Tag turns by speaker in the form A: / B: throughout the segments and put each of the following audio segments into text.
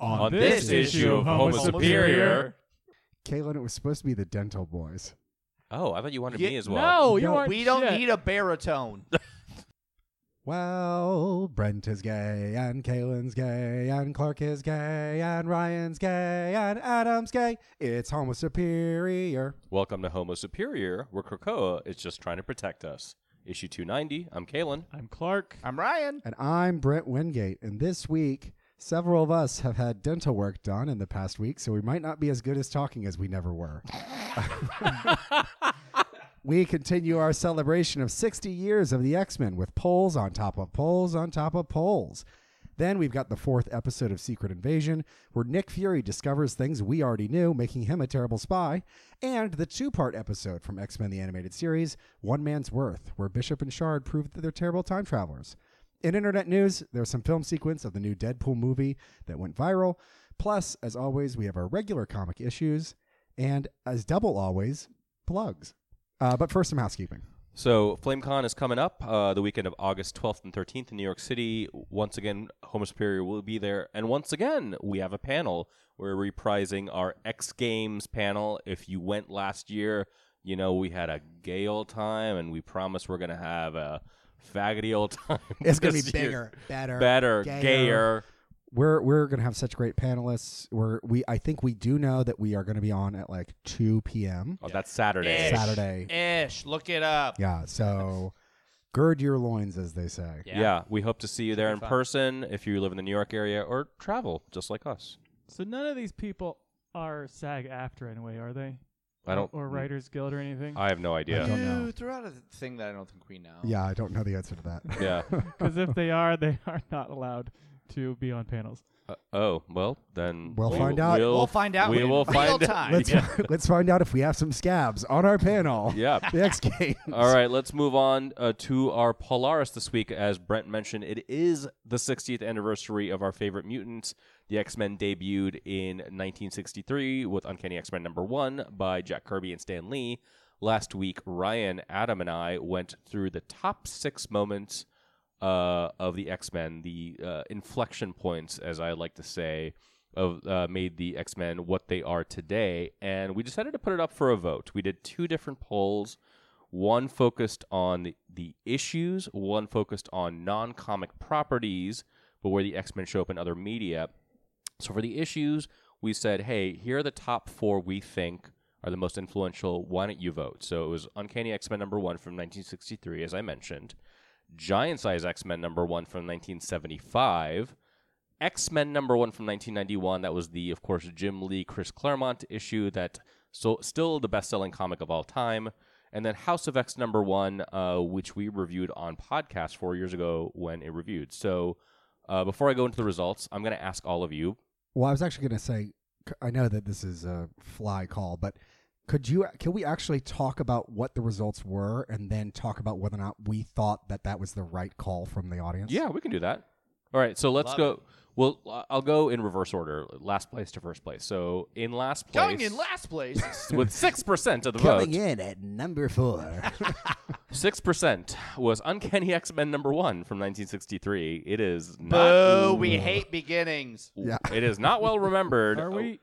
A: On, this, issue of Homo Superior.
B: Kaylin, it was supposed to be the Dental Boys.
C: Oh, I thought you wanted
D: Ye-
C: me as well.
D: No, you
B: No,
D: aren't.
B: we
D: shit.
A: We don't need a baritone.
B: Well, Brent is gay, and Kaylin's gay, and Clark is gay, and Ryan's gay, and Adam's gay. It's Homo Superior.
C: Welcome to Homo Superior, where Krakoa is just trying to protect us. Issue 290. I'm Kalen.
D: I'm Clark.
A: I'm Ryan.
B: And I'm Brent Wingate, and this week, several of us have had dental work done in the past week, so we might not be as good as talking as we never were. we continue our celebration of 60 years of the X Men with polls on top of polls on top of polls. Then we've got the fourth episode of Secret Invasion, where Nick Fury discovers things we already knew, making him a terrible spy, and the two part episode from X Men the Animated Series, One Man's Worth, where Bishop and Shard prove that they're terrible time travelers. In internet news, there's some film sequence of the new Deadpool movie that went viral. Plus, as always, we have our regular comic issues, and as double always, plugs. Uh, but first, some housekeeping.
C: So, FlameCon is coming up uh, the weekend of August 12th and 13th in New York City. Once again, Homo Superior will be there. And once again, we have a panel. We're reprising our X Games panel. If you went last year, you know, we had a gay old time, and we promise we're going to have a faggoty old time.
B: It's gonna be
C: this year.
B: bigger, better,
C: better,
B: gayer.
C: gayer.
B: We're we're gonna have such great panelists. We're we I think we do know that we are gonna be on at like two p.m.
C: Oh, that's Saturday.
A: Ish.
B: Saturday.
A: Ish. Look it up.
B: Yeah, so gird your loins, as they say.
C: Yeah. we hope to see you there in person if you live in the New York area or travel just like us.
D: So none of these people are SAG after anyway, are they?
C: I don't
D: Or Writers Guild or anything?
C: I have no idea.
B: I don't know.
A: You threw out a thing that I don't think we know.
B: Yeah, I don't know the answer to that.
C: yeah.
D: Because if they are, they are not allowed to be on panels.
C: Uh, oh, well, then
B: We'll
C: we
B: find
C: will-
B: out.
C: We'll,
A: We'll find out
C: We
A: in
C: will
A: real
C: find
A: time.
C: out.
B: Let's
C: Yeah.
B: let's find out if we have some scabs on our panel.
C: yeah.
B: The X Games.
C: All right, let's move on uh, to our Polaris this week. As Brent mentioned, it is the 60th anniversary of our favorite mutants. The X Men debuted in 1963 with Uncanny X Men number one by Jack Kirby and Stan Lee. Last week, Ryan, Adam, and I went through the top six moments uh, of the X Men, the uh, inflection points, as I like to say, of uh, made the X Men what they are today. And we decided to put it up for a vote. We did two different polls. One focused on the, the issues, one focused on non comic properties, but where the X Men show up in other media. So for the issues, we said, hey, here are the top four we think are the most influential. Why don't you vote? So it was Uncanny X Men number one from 1963, as I mentioned, Giant Size X Men number one from 1975. X Men number one from 1991. That was the, of course, Jim Lee, Chris Claremont issue. That so still the best selling comic of all time. And then House of X number one, uh, which we reviewed on podcast four years ago when it reviewed. So uh, before I go into the results, I'm going to ask all of you.
B: Well, I was actually going to say, c- I know that this is a fly call, but could you can we actually talk about what the results were and then talk about whether or not we thought that that was the right call from the audience?
C: Yeah, we can do that. All right, so let's
A: Love
C: go. Well, uh, I'll go in reverse order, last place to first place. So in last place,
A: Going in last place.
C: with six percent of the vote,
B: Coming in at number four.
C: Six percent was Uncanny X Men number one from 1963. It is
A: Boo.
C: not.
A: We hate beginnings.
B: Yeah.
C: It is not well remembered.
D: Are we?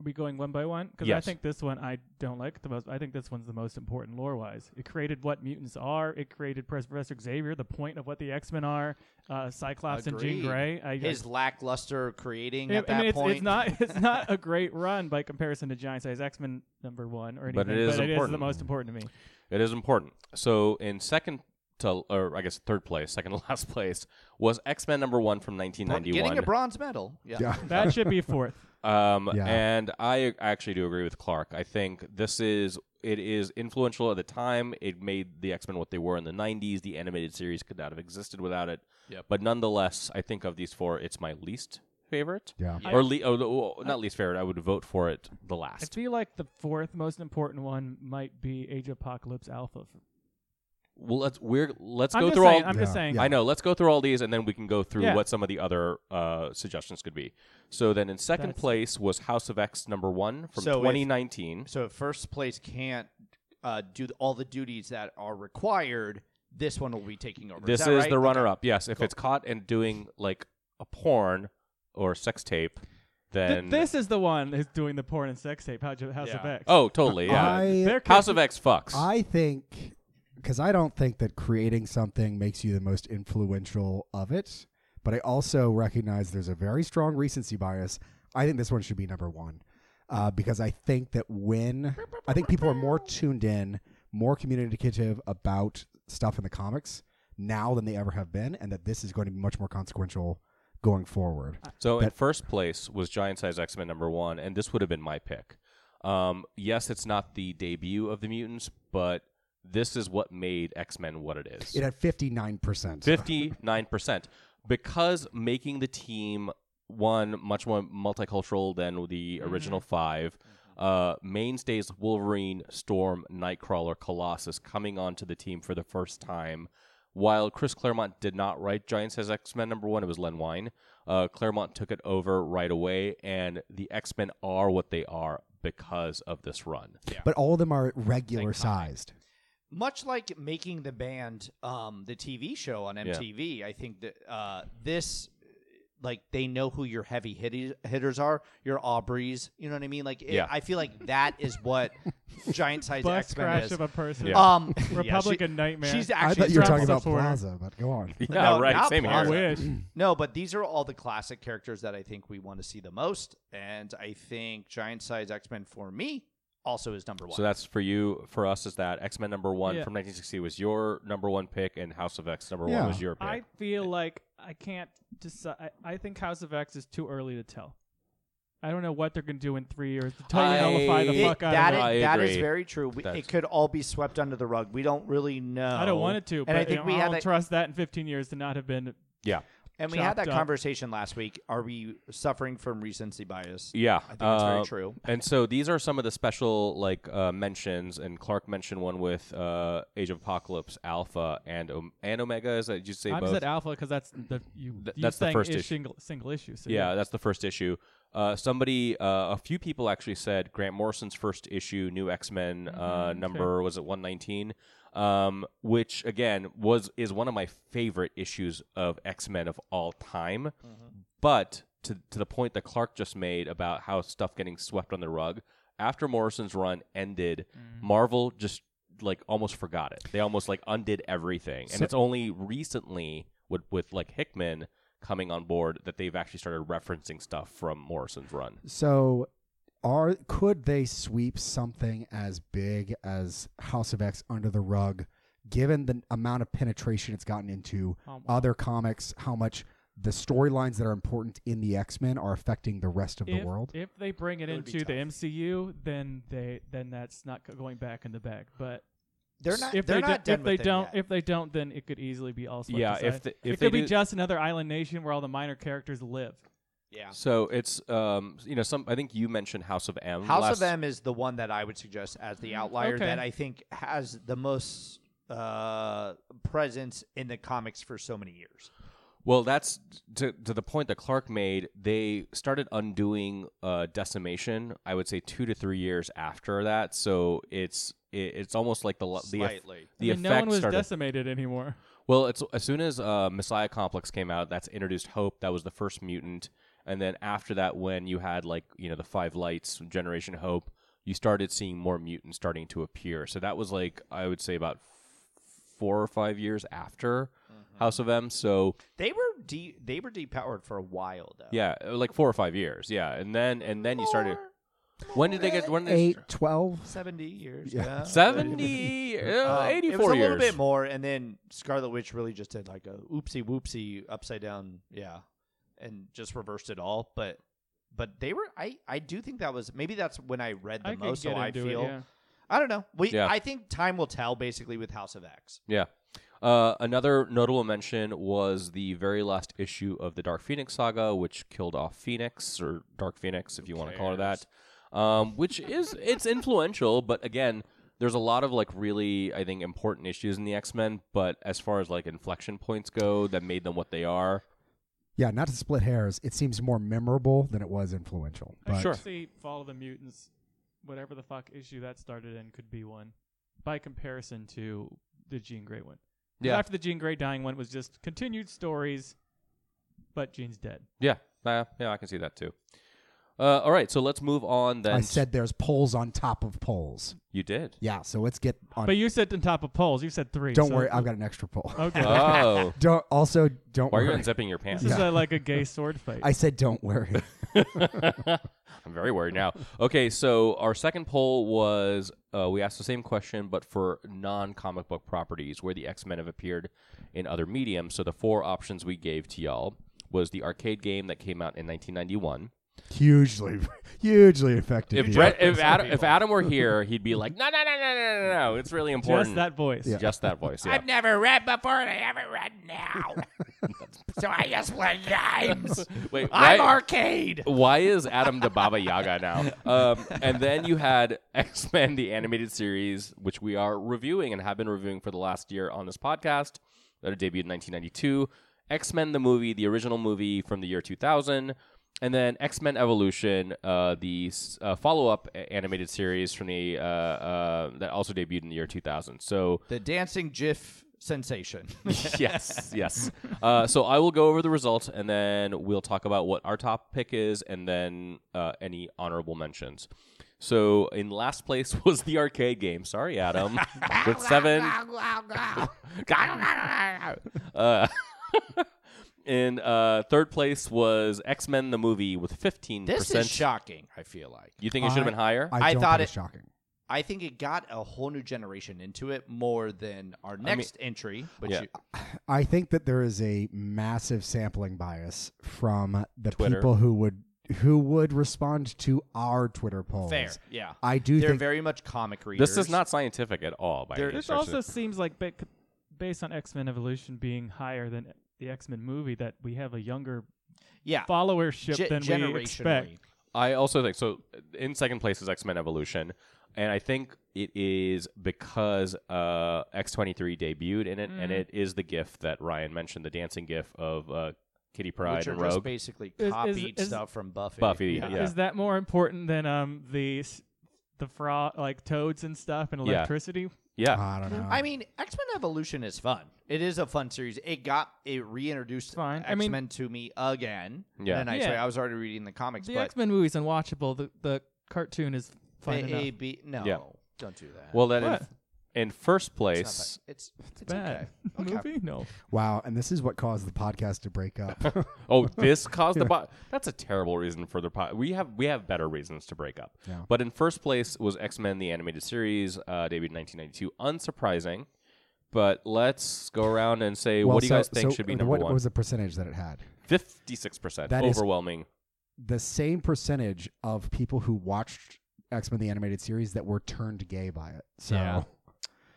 D: Are we going one by one? Because I
C: Yes.
D: think this one I don't like the most. I think this one's the most important lore wise. It created what mutants are. It created Pres- Professor Xavier, the point of what the X Men are. Uh, Cyclops and
A: Agreed.
D: Jean Grey. I,
A: His lackluster creating
D: I,
A: at that
D: I mean, it's,
A: point.
D: it's not it's not a great run by comparison to Giant Size X Men number one or anything.
C: But it is
D: the
C: important.
D: most important to me.
C: Oh, It is important. So in second to, or I guess third place, second to last place was X Men number one from
A: Bro-
C: 1991.
A: Getting a bronze medal. Yeah.
B: yeah.
D: That should be fourth.
C: Um,
B: Yeah.
C: and I actually do agree with Clark. I think this is it is influential at the time. It made the X Men what they were in the '90s. The animated series could not have existed without it.
A: Yep.
C: But nonetheless, I think of these four, it's my least favorite.
B: Yeah.
A: Yeah.
C: Or le- oh, the- oh, not least favorite. I would vote for it the
D: I
C: last.
D: feel like the fourth most important one might be Age of Apocalypse Alpha.
C: Well, let's we're let's
D: I'm
C: go
D: just
C: through
D: saying,
C: all.
D: I'm just
B: Yeah,
D: saying.
B: yeah.
C: I know. Let's go through all these, and then we can go through
D: Yeah.
C: what some of the other uh, suggestions could be. So then, in second
D: That's-
C: place was House of X number one from
A: So if-
C: 2019.
A: So if first place can't uh, do th- all the duties that are required, this one will be taking over.
C: This
A: is,
C: is,
A: that right?
C: the
A: Okay.
C: runner-up. Yes, if
A: Cool.
C: it's caught and doing like a porn or sex tape,
D: Th-
C: then
D: this is the one who's doing the porn and sex tape. How'd you, House of
A: Yeah.
D: X.
C: oh totally yeah.
B: I,
D: They're
C: House of X fucks.
B: I think because I don't think that creating something makes you the most influential of it, but I also recognize there's a very strong recency bias. I think this one should be number one uh, because I think that when I think people are more tuned in, more communicative about stuff in the comics now than they ever have been, and that this is going to be much more consequential going forward.
C: So in
B: That-
C: first place was Giant Size X Men number one, and this would have been my pick. Um, yes, it's not the debut of the mutants, but this is what made X Men what it is.
B: It had fifty nine percent.
C: Fifty nine percent, because making the team one much more multicultural than the original five. Uh, mainstays Wolverine, Storm, Nightcrawler, Colossus coming onto the team for the first time. While Chris Claremont did not write Giant Size X Men number one, it was Len Wein. Uh, Claremont took it over right away, and the X Men are what they are because of this run.
B: But all of them are regular sized.
A: much like making the band um the tv show on mtv i think that uh this like they know who your heavy hit- hitters are your aubreys you know what i mean like it,
C: Yeah.
A: i feel like that is what giant size
D: Bus
A: x-men
D: crash
A: is
D: of a person.
C: Yeah.
A: um yeah, she-
D: Republican nightmare.
A: she's
B: I
A: actually
B: thought you were
D: Trump
B: talking about
D: supporter.
B: Plaza, but go on.
C: Yeah,
A: No,
C: right.
A: not
C: Same
D: I
A: Plaza.
C: here.
D: wish.
A: No, but these are all the classic characters that I think we want to see the most, and I think Giant Size X Men for me also is number one.
C: So that's for you. For us, is that X Men number one
D: Yeah.
C: from 1960 was your number one pick, and House of X number
B: Yeah.
C: one was your pick.
D: I feel like I can't decide. I, I think House of X is too early to tell. I don't know what they're gonna do in three years to totally
C: I-
D: nullify the
A: It-
D: fuck out
A: that
D: of
A: is-
D: it.
C: I
A: that is
C: agree.
A: very true. We,
C: That's-
A: it could all be swept under the rug. We don't really know.
D: I don't want it to, but
A: and I think we had
D: don't
A: that,
D: trust that in 15 years to not have been.
C: yeah,
A: and we had
D: chopped
A: that
D: up.
A: conversation last week. Are we suffering from recency bias?
C: yeah.
A: I think that's
C: Uh,
A: very true.
C: And so these are some of the special like uh, mentions, and Clark mentioned one with uh, Age of Apocalypse, Alpha, and Om- and Omega. Is that did you say
D: I
C: both?
D: said Alpha because that's the you.
C: Th-
D: you
C: that's the
D: saying
C: first
D: is
C: issue.
D: Single, single issue. So
C: yeah, that's the first issue. Uh, somebody, uh, a few people actually said Grant Morrison's first issue, New X Men uh, number was it 119, um, which again was is one of my favorite issues of X Men of all time. But to to the point that Clark just made about how stuff getting swept on the rug after Morrison's run ended, Marvel just like almost forgot it. They almost like undid everything, and it's only recently with with like Hickman coming on board that they've actually started referencing stuff from Morrison's run.
B: So, are could they sweep something as big as House of X under the rug, given the amount of penetration it's gotten into
D: Um,
B: other comics? How much the storylines that are important in the X Men are affecting the rest of
D: if,
B: the world?
D: if they bring it,
A: would be
D: into the
A: tough.
D: MCU, then they then that's not go- going back in the bag. But
A: They're not.
D: if
A: they're
D: they
A: not
D: do,
A: done
D: if they
A: with it
D: don't
A: yet.
D: if they don't then it could easily be all swept
C: Yeah,
D: aside.
C: if the- if
D: it
C: they
D: could be
C: do-
D: just another island nation where all the minor characters live.
A: yeah.
C: So it's um you know some I think you mentioned House of M.
A: House
C: last-
A: of M is the one that I would suggest as the outlier
D: okay.
A: that I think has the most uh, presence in the comics for so many years.
C: Well, that's to, to the point that Clark made. They started undoing uh, decimation. I would say two to three years after that. So it's it, it's almost like the lo- the eff-
A: Slightly.
C: the
D: I mean,
C: effect
D: no one was
C: started.
D: decimated anymore.
C: well, it's as soon as uh, Messiah Complex came out, that's introduced Hope. That was the first mutant, and then after that, when you had like you know the Five Lights, Generation Hope, you started seeing more mutants starting to appear. So that was like I would say about f- four or five years after
A: Mm-hmm.
C: House of M. So
A: They were de- they were depowered for a while though.
C: Yeah, uh, like four or five years. Yeah, and then and then you started. When did they get? When did
B: Eight, twelve.
A: seventy years.
B: Yeah.
A: Yeah,
C: seventy, uh,
A: Um,
C: eighty-four
A: It was a
C: years.
A: little bit more, and then Scarlet Witch really just did like a oopsie whoopsie upside down. Yeah, and just reversed it all. But but they were. I I do think that was maybe that's when I read the
D: I could
A: most.
D: get
A: so I
D: into it,
A: feel.
D: yeah.
A: I don't know. We
C: Yeah.
A: I think time will tell. Basically, with House of X.
C: Yeah. Uh, another notable mention was the very last issue of the Dark Phoenix saga, which killed off Phoenix or Dark Phoenix, if you want to call her that. Um, which is it's influential, but again, there's a lot of like really I think important issues in the X Men. But as far as like inflection points go, that made them what they are.
B: Yeah, not to split hairs. It seems more memorable than it was influential.
D: I
B: But
C: Sure.
D: could see Fall of the Mutants, whatever the fuck issue that started in, could be one by comparison to the Jean Grey one. 'Cause
C: Yeah.
D: After the Jean Grey dying one was just continued stories, but Jean's dead.
C: Yeah, uh, yeah, I can see that too. Uh, all right, so let's move on then.
B: I said there's poles on top of poles.
C: you did.
B: Yeah, so let's get on.
D: But you said on top of poles. You said three.
B: don't
D: so-
B: worry, Uh, I've got an extra pole.
D: Okay.
C: Oh,
B: Don't also don't
C: why are you
B: worry.
C: unzipping your pants?
D: this is uh like a gay sword fight.
B: I said don't worry.
C: I'm very worried now. Okay, so our second poll was uh, we asked the same question, but for non comic book properties where the X Men have appeared in other mediums. So the four options we gave to y'all was the arcade game that came out in 1991.
B: hugely, hugely effective.
C: If,
B: yeah.
C: Brett, if, Adam, if Adam were here, he'd be like, no, no, no, no, no, no, no. It's really important.
D: Just that voice.
B: Yeah.
C: Just that voice. Yeah.
E: never read before and I haven't read now. so I just play games.
C: Wait,
E: I'm
C: why-
E: arcade.
C: Why is Adam the Baba Yaga now? Um, and then you had X Men, the animated series, which we are reviewing and have been reviewing for the last year on this podcast, that debuted in 1992. X Men, the movie, the original movie from the year 2000. And then X Men Evolution, uh, the s- uh, follow up animated series from the uh, uh, that also debuted in the year 2000. So
A: The dancing GIF sensation.
C: yes, yes. Uh, so I will go over the results, and then we'll talk about what our top pick is, and then uh, any honorable mentions. So in last place was the arcade game. Sorry, Adam, with seven. uh, in uh, third place was X Men the movie with fifteen
A: this
C: percent.
A: is shocking. I feel like
C: you think it should have been higher?
B: I,
A: I
B: don't
A: thought
B: think
A: it-
B: it's shocking.
A: I think it got a whole new generation into it more than our next entry. But
C: Yeah.
A: you,
B: I think that there is a massive sampling bias from the
C: Twitter.
B: people who would who would respond to our Twitter polls.
A: fair, yeah.
B: I do
A: They're
B: think
A: very much comic readers.
C: this is not scientific at all. By
A: There-
C: any
D: This
C: stretch of the
D: also seems like ba- based on X Men Evolution being higher than the X Men movie that we have a younger
A: yeah.
D: followership
A: Ge-
D: than we expect.
A: generationally.
C: I also think so. In second place is X Men Evolution, and I think it is because uh, X twenty three debuted in it, and it is the GIF that Ryan mentioned, the dancing GIF of uh, Kitty Pride
A: which are
C: and
A: just
C: Rogue
A: basically
D: Is- is-
A: copied
D: is-
A: stuff from Buffy.
C: Buffy. Yeah,
D: Is that more important than um the s- the frog like toads and stuff and
C: Yeah.
D: electricity?
C: yeah.
B: I don't know.
A: I mean, X Men Evolution is fun. It is a fun series. It got it reintroduced
D: Fine.
A: X
D: I mean-
A: Men to me again
C: Yeah.
A: in a nice
D: Yeah.
A: way. I was already reading the comics,
D: The
A: but
D: X Men movie's unwatchable. The the cartoon is fine
A: they
D: enough.
A: be no,
C: Yeah.
A: don't do that.
C: Well, then in,
D: What?
C: in first
A: it's,
C: place,
A: not bad. it's it's,
D: Bad
A: okay. Okay.
D: movie? No.
B: wow, and this is what caused the podcast to break up.
C: oh, this caused the bot. That's a terrible reason for the pot. We have we have better reasons to break up.
B: Yeah.
C: But in first place was X Men: The Animated Series, uh, debuted in 1992. Unsurprising. But let's go around and say
B: Well,
C: what do you
B: so-
C: guys think
B: so
C: should be
B: what-
C: number
B: what,
C: one.
B: was the percentage that it had?
C: Fifty-six percent,
B: That is-
C: overwhelming.
B: The same percentage of people who watched X Men: The Animated Series that were turned gay by it. So
C: Yeah.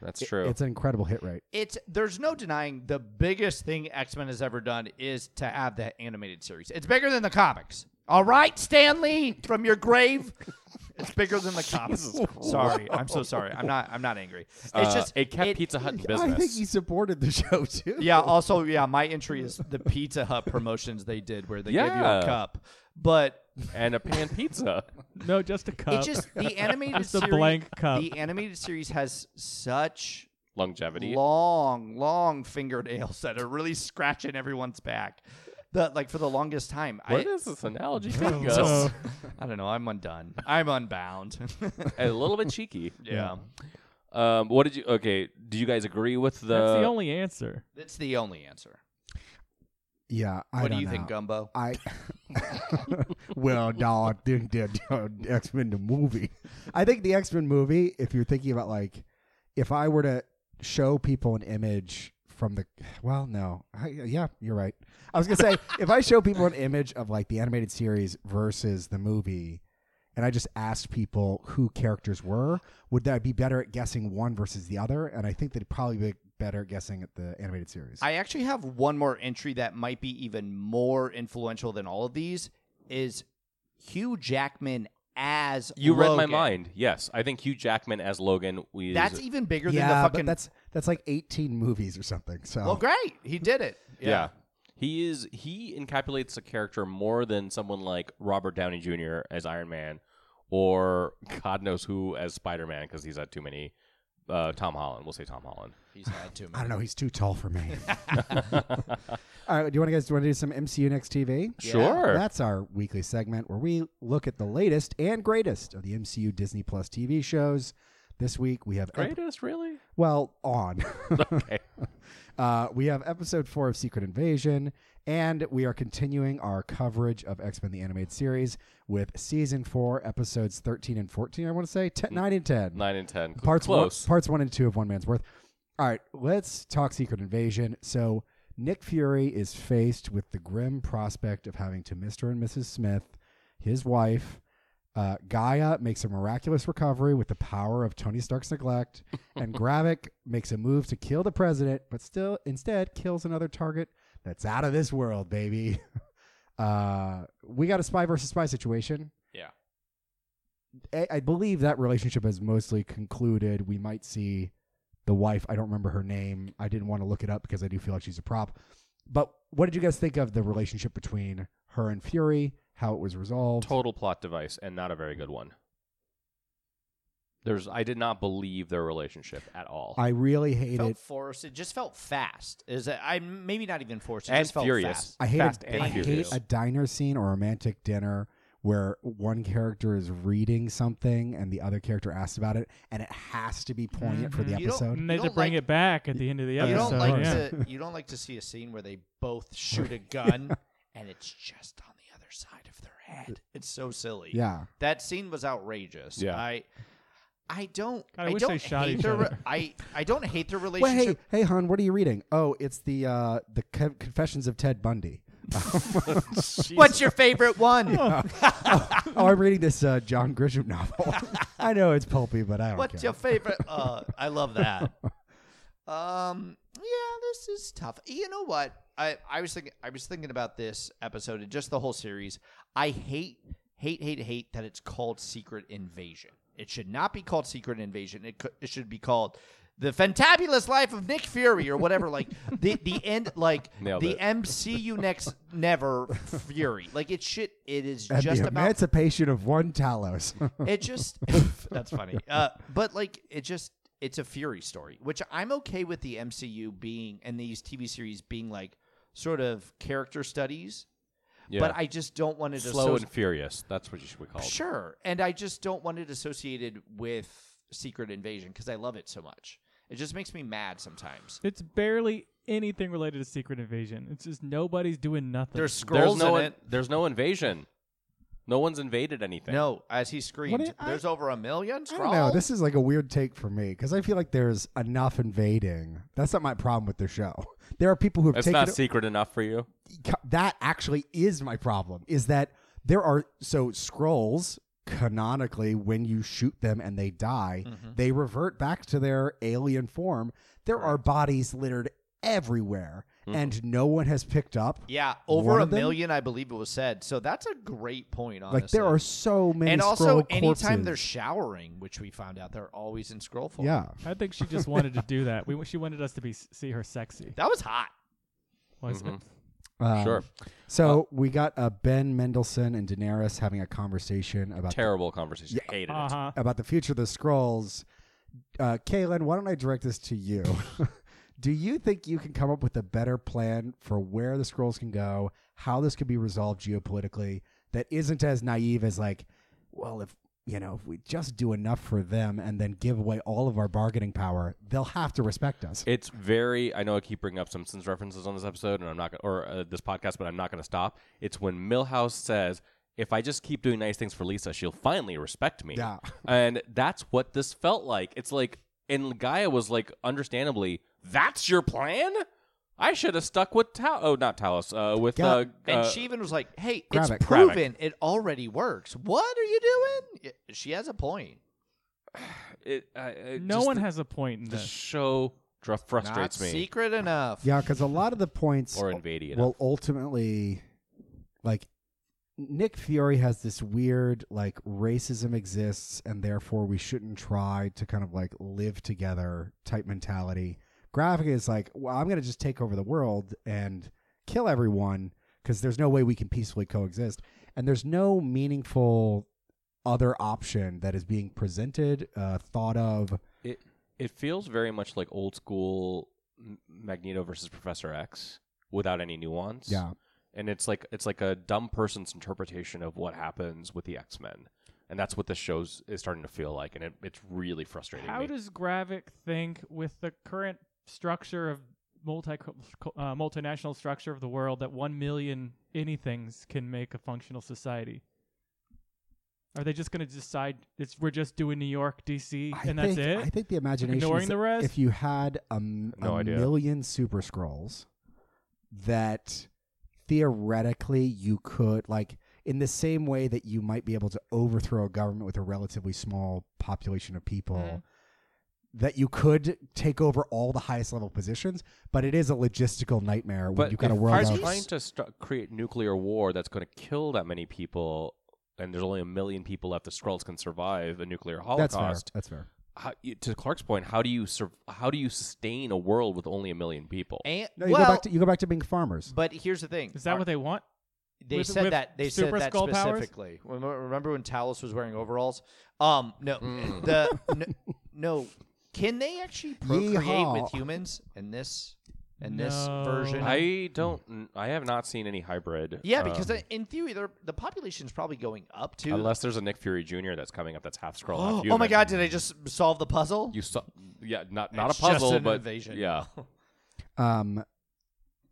C: That's
B: it-
C: true.
B: it's an incredible hit rate.
A: It's there's no denying the biggest thing X Men has ever done is to have that animated series. It's bigger than the comics. All right, Stanley, from your grave. It's bigger than the comics. sorry, I'm so sorry. I'm not. I'm not angry. It's
C: Uh,
A: just
C: it kept
A: it-
C: Pizza Hut in
B: I think
C: business.
B: he supported the show too.
A: Yeah. Also, yeah. My entry is the Pizza Hut promotions they did, where they gave you
C: Yeah.
A: a cup, but
C: and a pan pizza.
D: No, just a cup.
A: it just the animated
D: Just a
A: series.
D: blank cup.
A: The animated series has such
C: Longevity.
A: long, long fingernails that are really scratching everyone's back. The like for the longest time.
C: Where
A: I,
C: does this analogy take
D: So-
C: us?
A: I don't know. I'm undone. I'm unbound.
C: a little bit cheeky.
A: yeah,
C: Um, what did you? Okay, do you guys agree with the?
D: That's the only answer.
A: that's the only answer.
B: Yeah. I
A: What do
B: don't
A: you
B: know.
A: think, Gumbo?
B: I well, no, I think that uh, X Men the movie. I think the X Men movie. If you're thinking about like, if I were to show people an image from the, well, no, I, yeah, you're right. I was gonna say if I show people an image of like the animated series versus the movie. And I just asked people who characters were. Would that be better at guessing one versus the other? And I think they'd probably be better at guessing at the animated series.
A: I actually have one more entry that might be even more influential than all of these is Hugh Jackman as
C: you read my
A: Logan.
C: mind. Yes, I think Hugh Jackman as Logan. We
A: That's e- even bigger
B: yeah,
A: than the
B: but
A: fucking.
B: that's that's like 18 movies or something. So
A: well, great, he did it.
C: yeah. He is. He encapsulates a character more than someone like Robert Downey Jr. as Iron Man, or God knows who as Spider Man because he's had too many uh, Tom Holland. We'll say Tom Holland.
A: He's had too
B: I
A: many.
B: don't know. He's too tall for me. All right. Do you want to guys do want to do some MCU next TV?
C: Sure.
B: That's our weekly segment where we look at the latest and greatest of the MCU Disney Plus TV shows. This week we have ep-
C: Greatest, really?
B: well on.
C: Okay.
B: uh, we have episode four of Secret Invasion, and we are continuing our coverage of X Men: The Animated Series with season four, episodes thirteen and fourteen. I want to say ten, nine and ten.
C: Nine and ten. Cl-
B: parts one-
C: close.
B: parts one and two of One Man's Worth. All right, let's talk Secret Invasion. So Nick Fury is faced with the grim prospect of having to Mr. and Mrs. Smith, his wife. Uh, Gaia makes a miraculous recovery with the power of Tony Stark's neglect, and Gravik makes a move to kill the president, but still instead kills another target that's out of this world, baby. Uh, we got a spy versus spy situation.
C: Yeah.
B: I, I believe that relationship has mostly concluded. We might see the wife. I don't remember her name. I didn't want to look it up because I do feel like she's a prop. But what did you guys think of the relationship between her and Fury? How it was resolved?
C: Total plot device, and not a very good one. There's, I did not believe their relationship at all.
B: I really hated.
A: Felt forced. It just felt fast. Is that I maybe not even forced. It
C: and
A: just felt
C: furious.
A: fast.
B: I hate.
C: Fast
B: A,
C: and
B: I hate
C: furious.
B: a diner scene or romantic dinner where one character is reading something and the other character asks about it, and it has to be poignant for the
A: Mm-hmm. You don't-
B: episode.
D: And they
A: You
D: had to
A: don't
D: bring
A: like-
D: it back at the end of the
A: You
D: episode.
A: don't like
D: yeah.
A: to. You don't like to see a scene where they both shoot a gun and it's just on the other side of their head. It's so silly.
B: Yeah.
A: That scene was outrageous.
C: Yeah.
A: I I don't
D: God, I
A: I,
D: wish
A: don't
D: they shot
A: hate
D: each
A: their
D: other.
A: I I don't hate their
B: Well, hey,
A: relationship.
B: hey, hon, what are you reading? Oh, it's the uh, the co- Confessions of Ted Bundy.
A: What's your favorite one?
B: oh, I'm reading this uh, John Grisham novel. I know it's pulpy, but I don't
A: What's
B: care.
A: your favorite? Uh, I love that. Um, yeah, this is tough. You know what? I, I was thinking I was thinking about this episode and just the whole series. I hate hate hate hate that it's called Secret Invasion. It should not be called Secret Invasion. It, cou- it should be called the Fantabulous Life of Nick Fury or whatever. Like the the end like
C: Nailed
A: the
C: it.
A: MCU next never Fury. Like it should it is
B: and
A: just
B: the
A: about
B: Emancipation of One Talos.
A: it just that's funny uh, but like it just it's a fury story which i'm okay with the mcu being and these tv series being like sort of character studies
C: yeah.
A: but i just don't want it
C: slow
A: associ-
C: and furious. That's what you should be called.
A: sure and i just don't want it associated with secret invasion because i love it so much it just makes me mad sometimes
D: It's barely anything related to Secret Invasion. It's just nobody's doing nothing.
A: there's
C: There's
A: scrolls
C: no,
A: in
C: in,
A: it
C: there's no invasion. No one's invaded anything.
A: no as he screamed
B: What i-
A: there's over a million
B: I
A: scrolls
B: don't know. This is like a weird take for me because I feel like there's enough invading. That's not my problem with the show. There are people who have
C: It's
B: taken
C: not
B: o-
C: secret enough for you.
B: co- that actually is my problem is that there are so scrolls canonically when you shoot them and they die
A: Mm-hmm.
B: they revert back to their alien form there are bodies littered everywhere and no one has picked up
A: Mm-hmm. yeah
B: One
A: over a
B: of them?
A: million i believe it was said so that's a great point honestly.
B: like there are so many
A: and
B: Skrull
A: also anytime
B: corpses.
A: they're showering, which we found out they're always in scroll form.
B: yeah
D: I think she just wanted to do that. We she wanted us to be see her sexy.
A: that was hot.
D: Was it?
C: Mm-hmm.
B: Um,
C: Sure.
B: so we got uh, ben mendelsohn and daenerys having a conversation about the
C: Terrible conversation. Hated it.
D: Uh-huh.
B: about the future of the scrolls. Uh, Kaylin, why don't I direct this to you? Do you think you can come up with a better plan for where the scrolls can go, how this could be resolved geopolitically that isn't as naive as like, well, if you know, if we just do enough for them and then give away all of our bargaining power, they'll have to respect us.
C: It's very. I know I keep bringing up Simpsons references on this episode, and I'm not, gonna or uh, this podcast, but I'm not going to stop. It's when Millhouse says, "If I just keep doing nice things for Lisa, she'll finally respect me."
B: Yeah.
C: and that's what this felt like. It's like, and Gaia was like, understandably, "That's your plan." I should have stuck with Tal. Oh, not Talos. Uh, with
B: Yeah.
C: uh,
A: And
C: uh,
A: she even was like, "Hey,
B: grab
A: it's
B: it, grab it."
A: proven. It already works. What are you doing?" Y- She has a point.
C: It, uh, it
D: No
C: just
D: one
C: the,
D: has a point in
C: the
D: this.
C: show. Dr-
A: Not
C: frustrates me.
A: secret enough.
B: Yeah, because a lot of the points
C: or invaded.
B: Well, ultimately, like Nick Fury has this weird like racism exists, and therefore we shouldn't try to kind of like live together type mentality. Graphic is like, well, I'm gonna just take over the world and kill everyone because there's no way we can peacefully coexist, and there's no meaningful other option that is being presented, uh, thought of.
C: It- it feels very much like old school M- Magneto versus Professor X without any nuance.
B: Yeah.
C: and it's like it's like a dumb person's interpretation of what happens with the X Men, and that's what this show's is starting to feel like, and it, it's really frustrating.
D: How
C: me.
D: does Gravik think with the current structure of multi uh, multinational structure of the world that one million anythings can make a functional society? Are they just going to decide it's we're just doing New York, DC,
B: I
D: and
B: think,
D: that's it?
B: I think the imagination.
D: Ignoring
B: is
D: the rest?
B: If you had a, m-
C: No
B: a
C: idea.
B: million super scrolls, that theoretically you could like in the same way that you might be able to overthrow a government with a relatively small population of people.
D: Mhm.
B: That you could take over all the highest level positions, but it is a logistical nightmare when
C: but
B: you've got a
C: if
B: world
C: Paris
B: of
C: trying to st- create nuclear war that's going to kill that many people, and there's only a million people left. The Skrulls can survive a nuclear
B: that's fair.
C: holocaust.
B: That's fair.
C: How, you- to Clark's point, how do you sur- how do you sustain a world with only a million people?
A: And,
B: No, you
A: well,
B: go back to you go back to being farmers.
A: but here's the thing:
D: Is that what they want?
A: they
D: with-
A: said
D: with
A: that they said
D: super
A: that
D: skull powers?
A: specifically. Remember, remember when Talos was wearing overalls? Um, no,
C: Mm.
A: the no, no. Can they actually procreate
B: Yeehaw.
A: with humans in this in this
D: No.
A: version?
C: I don't. I have not seen any hybrid.
A: yeah,
C: um,
A: because in theory, they're- the population's probably going up too.
C: unless there's a Nick Fury Jr. that's coming up, that's half scroll.
A: oh, oh my god! Did I just solve the puzzle?
C: You saw, yeah, not not
A: It's
C: a
A: just
C: puzzle,
A: an
C: but
A: invasion.
C: yeah,
B: Um,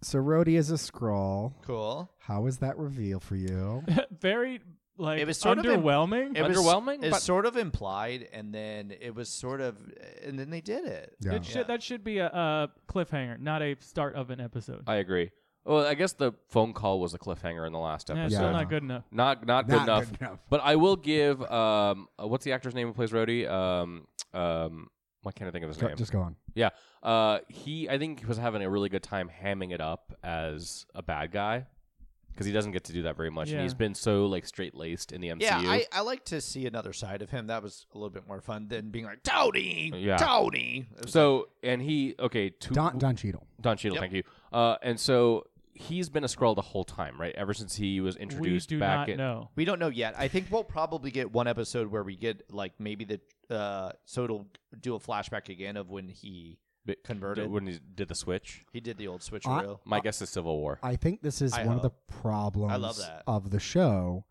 B: so Rhodey is a scroll.
A: cool.
B: How is that reveal for you?
D: Very like
A: It was sort of in-
D: underwhelming.
A: It was-
C: Underwhelming,
A: It's
C: but-
A: sort of implied, and then it was sort of, and then they did it.
B: Yeah.
D: It should, that should be a, a cliffhanger, not a start of an episode.
C: I agree. Well, I guess the phone call was a cliffhanger in the last
D: Yeah,
C: episode.
D: it's
B: Yeah.
D: still not good enough.
C: Not not, good,
B: Not
C: enough.
B: good enough.
C: But I will give um uh, what's the actor's name who plays Rhodey? Um um what can I think of his
B: Go-
C: name?
B: just go on.
C: yeah. Uh he I think he was having a really good time hamming it up as a bad guy because he doesn't get to do that very much and
D: Yeah.
C: he's been so like straight-laced in the MCU.
A: Yeah, I, I like to see another side of him. That was a little bit more fun than being like Tony,
C: Yeah.
A: Tony. It was
C: so and he okay, to
B: Don Don Cheadle.
C: Don Cheadle, thank you. Uh and so he's been a Skrull the whole time, right? Ever since he was
D: We
C: introduced
D: do
C: back
D: not
C: in
D: know.
A: We don't know yet. I think we'll probably get one episode where we get like maybe the uh so it'll do a flashback again of when he
C: Bi-
A: converted.
C: when he did the switch.
A: he did the old switcheroo.
C: My guess is Civil War.
B: Uh, I think this is
A: I
B: one of
A: hope.
B: the problems
A: I love that.
B: of the show,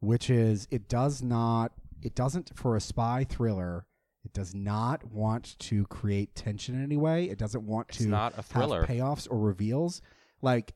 B: which is it does not it doesn't for a spy thriller. It does not want to create tension in any way. It doesn't want
C: It's
B: to
C: not a thriller.
B: have payoffs or reveals. Like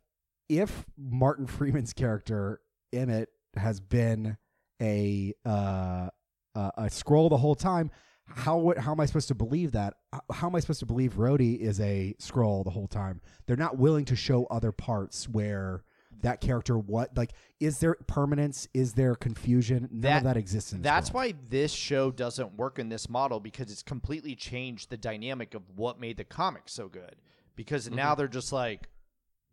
B: if Martin Freeman's character Emmett has been a uh, uh, a scroll the whole time, how would how am I supposed to believe that? How- How am I supposed to believe Rhodey is a scroll the whole time? They're not willing to show other parts where that character what like is there permanence? Is there confusion? None of
A: That-
B: that exists. In
A: That's why this show doesn't work in this model because it's completely changed the dynamic of what made the comics so good. Because now they're just like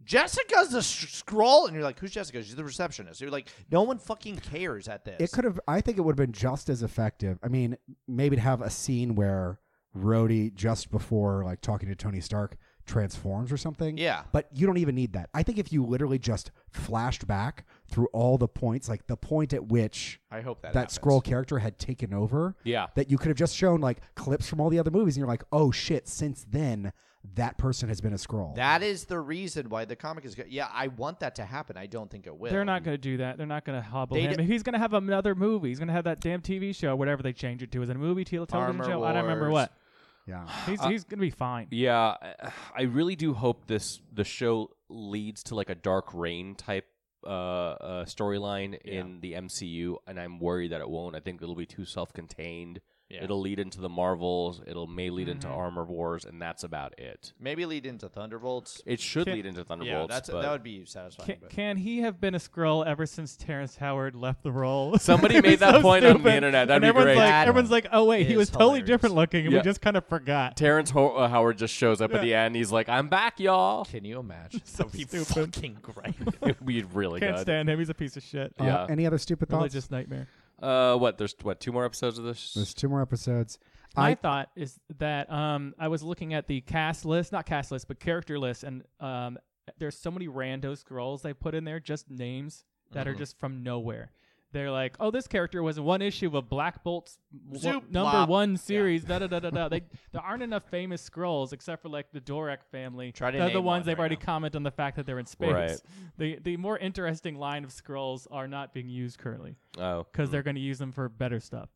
A: Jessica's the sh- scroll, and you're like, "Who's Jessica?" She's the receptionist. You're like, "No one fucking cares at this."
B: It could have. I think it would have been just as effective. I mean, maybe to have a scene where Rhodey just before like talking to Tony Stark transforms or something.
A: Yeah.
B: But you don't even need that. I think if you literally just flashed back through all the points, like the point at which
A: I hope that
B: that
A: happens.
B: scroll character had taken over.
C: Yeah.
B: That you could have just shown like clips from all the other movies, and you're like, oh shit! Since then, that person has been a scroll.
A: That is the reason why the comic is good. Yeah, I want that to happen. I don't think it will.
D: They're not going to do that. They're not going to hobble
A: They
D: him.
A: d-
D: He's going to have another movie. He's going to have that damn TV show, whatever they change it to. Is it a movie, tele- television
A: Armor
D: show? I don't remember
A: Wars.
D: what.
B: yeah.
D: He's, he's going to be fine.
C: Yeah, I- I really do hope this the show leads to like a Dark Rain type uh, uh, storyline in the MCU, and I'm worried that it won't. I think it'll be too self-contained.
A: Yeah. Mm-hmm.
C: It'll lead into the Marvels. It'll may lead into Armor Wars, and that's about it.
A: Maybe lead into Thunderbolts.
C: It should
D: Can't-
C: lead into Thunderbolts.
A: Yeah, that's
C: but
A: that would be satisfying.
D: Can,
A: but-
D: can he have been a Skrull ever since Terrence Howard left the role?
C: Somebody
D: It'd be
C: made that
D: so
C: point on the
D: stupid.
C: internet.
D: And
C: That'd be
D: everyone's
C: great.
D: Like,
A: That
D: everyone's like, oh wait, he
A: is
D: was totally
A: hilarious.
D: different looking, and
C: Yeah.
D: we just kind of forgot.
C: Terrence Ho- uh, Howard just shows up at the end. He's like, "I'm back, y'all."
A: Can you imagine?
D: So
A: That'd be
D: stupid.
A: fucking great.
C: we really
D: Can't
C: good.
D: stand him. He's a piece of shit.
B: Uh,
C: yeah.
B: any other stupid thoughts?
D: Religious nightmare.
C: Uh, what? There's what? Two more episodes of this.
B: There's two more episodes.
D: My
B: I
D: thought is that um, I was looking at the cast list, not cast list, but character list, and um,
A: Mm-hmm.
D: there's so many rando scrolls they put in there, just names that are just from nowhere. They- they're like, oh, this character was in one issue of Black Bolt's w-
A: Zoop
D: number
A: lop.
D: one series. Da da da da da. They there aren't enough famous scrolls except for like the Dorek family.
A: Try to
D: they're the
A: name
D: ones
A: one
D: they've
A: right
D: already
A: now.
D: commented on the fact that they're in space.
C: Right.
D: The the more interesting line of scrolls are not being used currently
C: Oh,
A: Mm.
D: because they're going to use them for better stuff.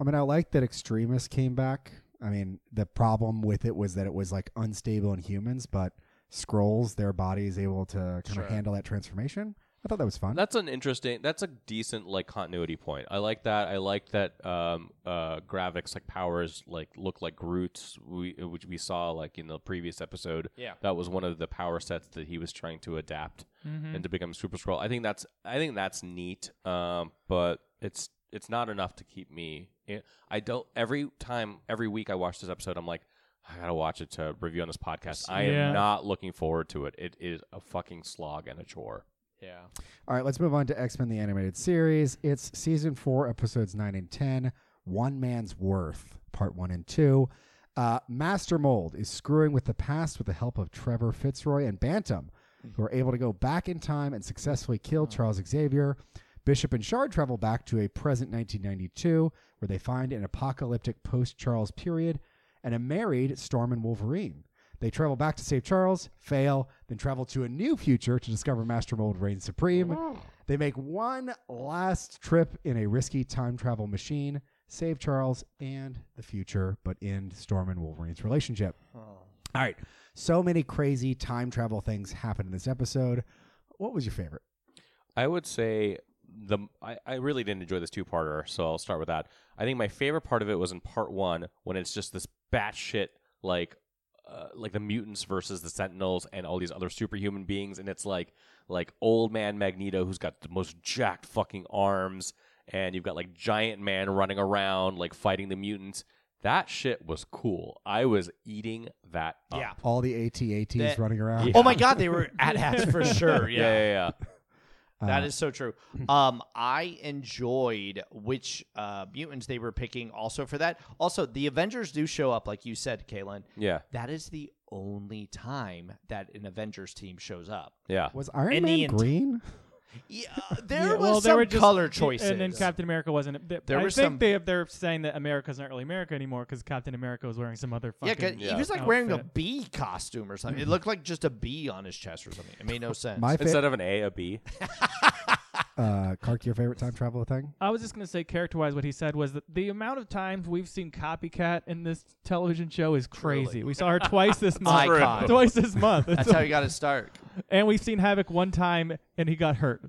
B: I mean, I like that extremists came back. I mean, the problem with it was that it was like unstable in humans, but scrolls, their body is able to kind of handle that transformation. I thought that was fun.
C: That's an interesting. That's a decent like continuity point. I like that. I like that. Um, uh, graphics like powers like look like Groot's, we, which we saw like in the previous episode.
A: Yeah.
C: that was one of the power sets that he was trying to adapt and to become Super Scroll. I think that's. I think that's neat. Um, but it's it's not enough to keep me. i I don't. Every time, every week, I watch this episode. I'm like. I gotta watch it to review on this podcast. I
D: Yeah.
C: am not looking forward to it. It is a fucking slog and a chore.
A: Yeah.
B: All right, let's move on to X Men the Animated Series. It's season four, episodes nine and 10, One Man's Worth, part one and two. Uh, Master Mold is screwing with the past with the help of Trevor Fitzroy and Bantam, who are able to go back in time and successfully kill Charles Xavier. Bishop and Shard travel back to a present 1992, where they find an apocalyptic post Charles period and a married Storm and Wolverine. They travel back to save Charles, fail, then travel to a new future to discover Master Mold reigns supreme. They make one last trip in a risky time travel machine, save Charles and the future, but end Storm and Wolverine's relationship. All right. So many crazy time travel things happen in this episode. What was your favorite?
C: I would say the I, I really didn't enjoy this two parter, so I'll start with that. I think my favorite part of it was in part one when it's just this batshit like uh, like the mutants versus the Sentinels and all these other superhuman beings, and it's like like old man Magneto who's got the most jacked fucking arms, and you've got like giant man running around like fighting the mutants. That shit was cool. I was eating that. Up.
A: Yeah.
B: All the ATATs
A: That-
B: running around.
A: Oh my God, they were at hats for sure.
C: Yeah, yeah, yeah.
A: That is so true. Um, I enjoyed which uh, mutants they were picking also for that. Also, the Avengers do show up, like you said, Kaylin.
C: Yeah.
A: That is the only time that an Avengers team shows up.
C: Yeah.
B: Was Iron
A: And
B: Man
A: the ent-
B: green?
A: Yeah, there
D: Yeah,
A: was
D: well,
A: some
D: there were just-
A: color
D: and-
A: choices.
D: and then Captain America wasn't. They,
A: There
D: I
A: were
D: think
A: some-
D: they they're saying that America's not really America anymore because Captain America was wearing some other
A: yeah,
D: fucking.
A: 'cause
C: Yeah.
A: he was like wearing a
D: outfit.
A: bee costume or something. It looked like just a bee on his chest or something. It made no sense.
B: My favorite.
C: Instead of an A, a B.
B: Uh, Kark, your favorite time travel thing?
D: I was just gonna say, character-wise, what he said was that the amount of times we've seen copycat in this television show is crazy. We saw her twice this month.
A: Icon.
D: Twice this month.
A: That's how you got to start.
D: and we've seen Havoc one time, and he got hurt.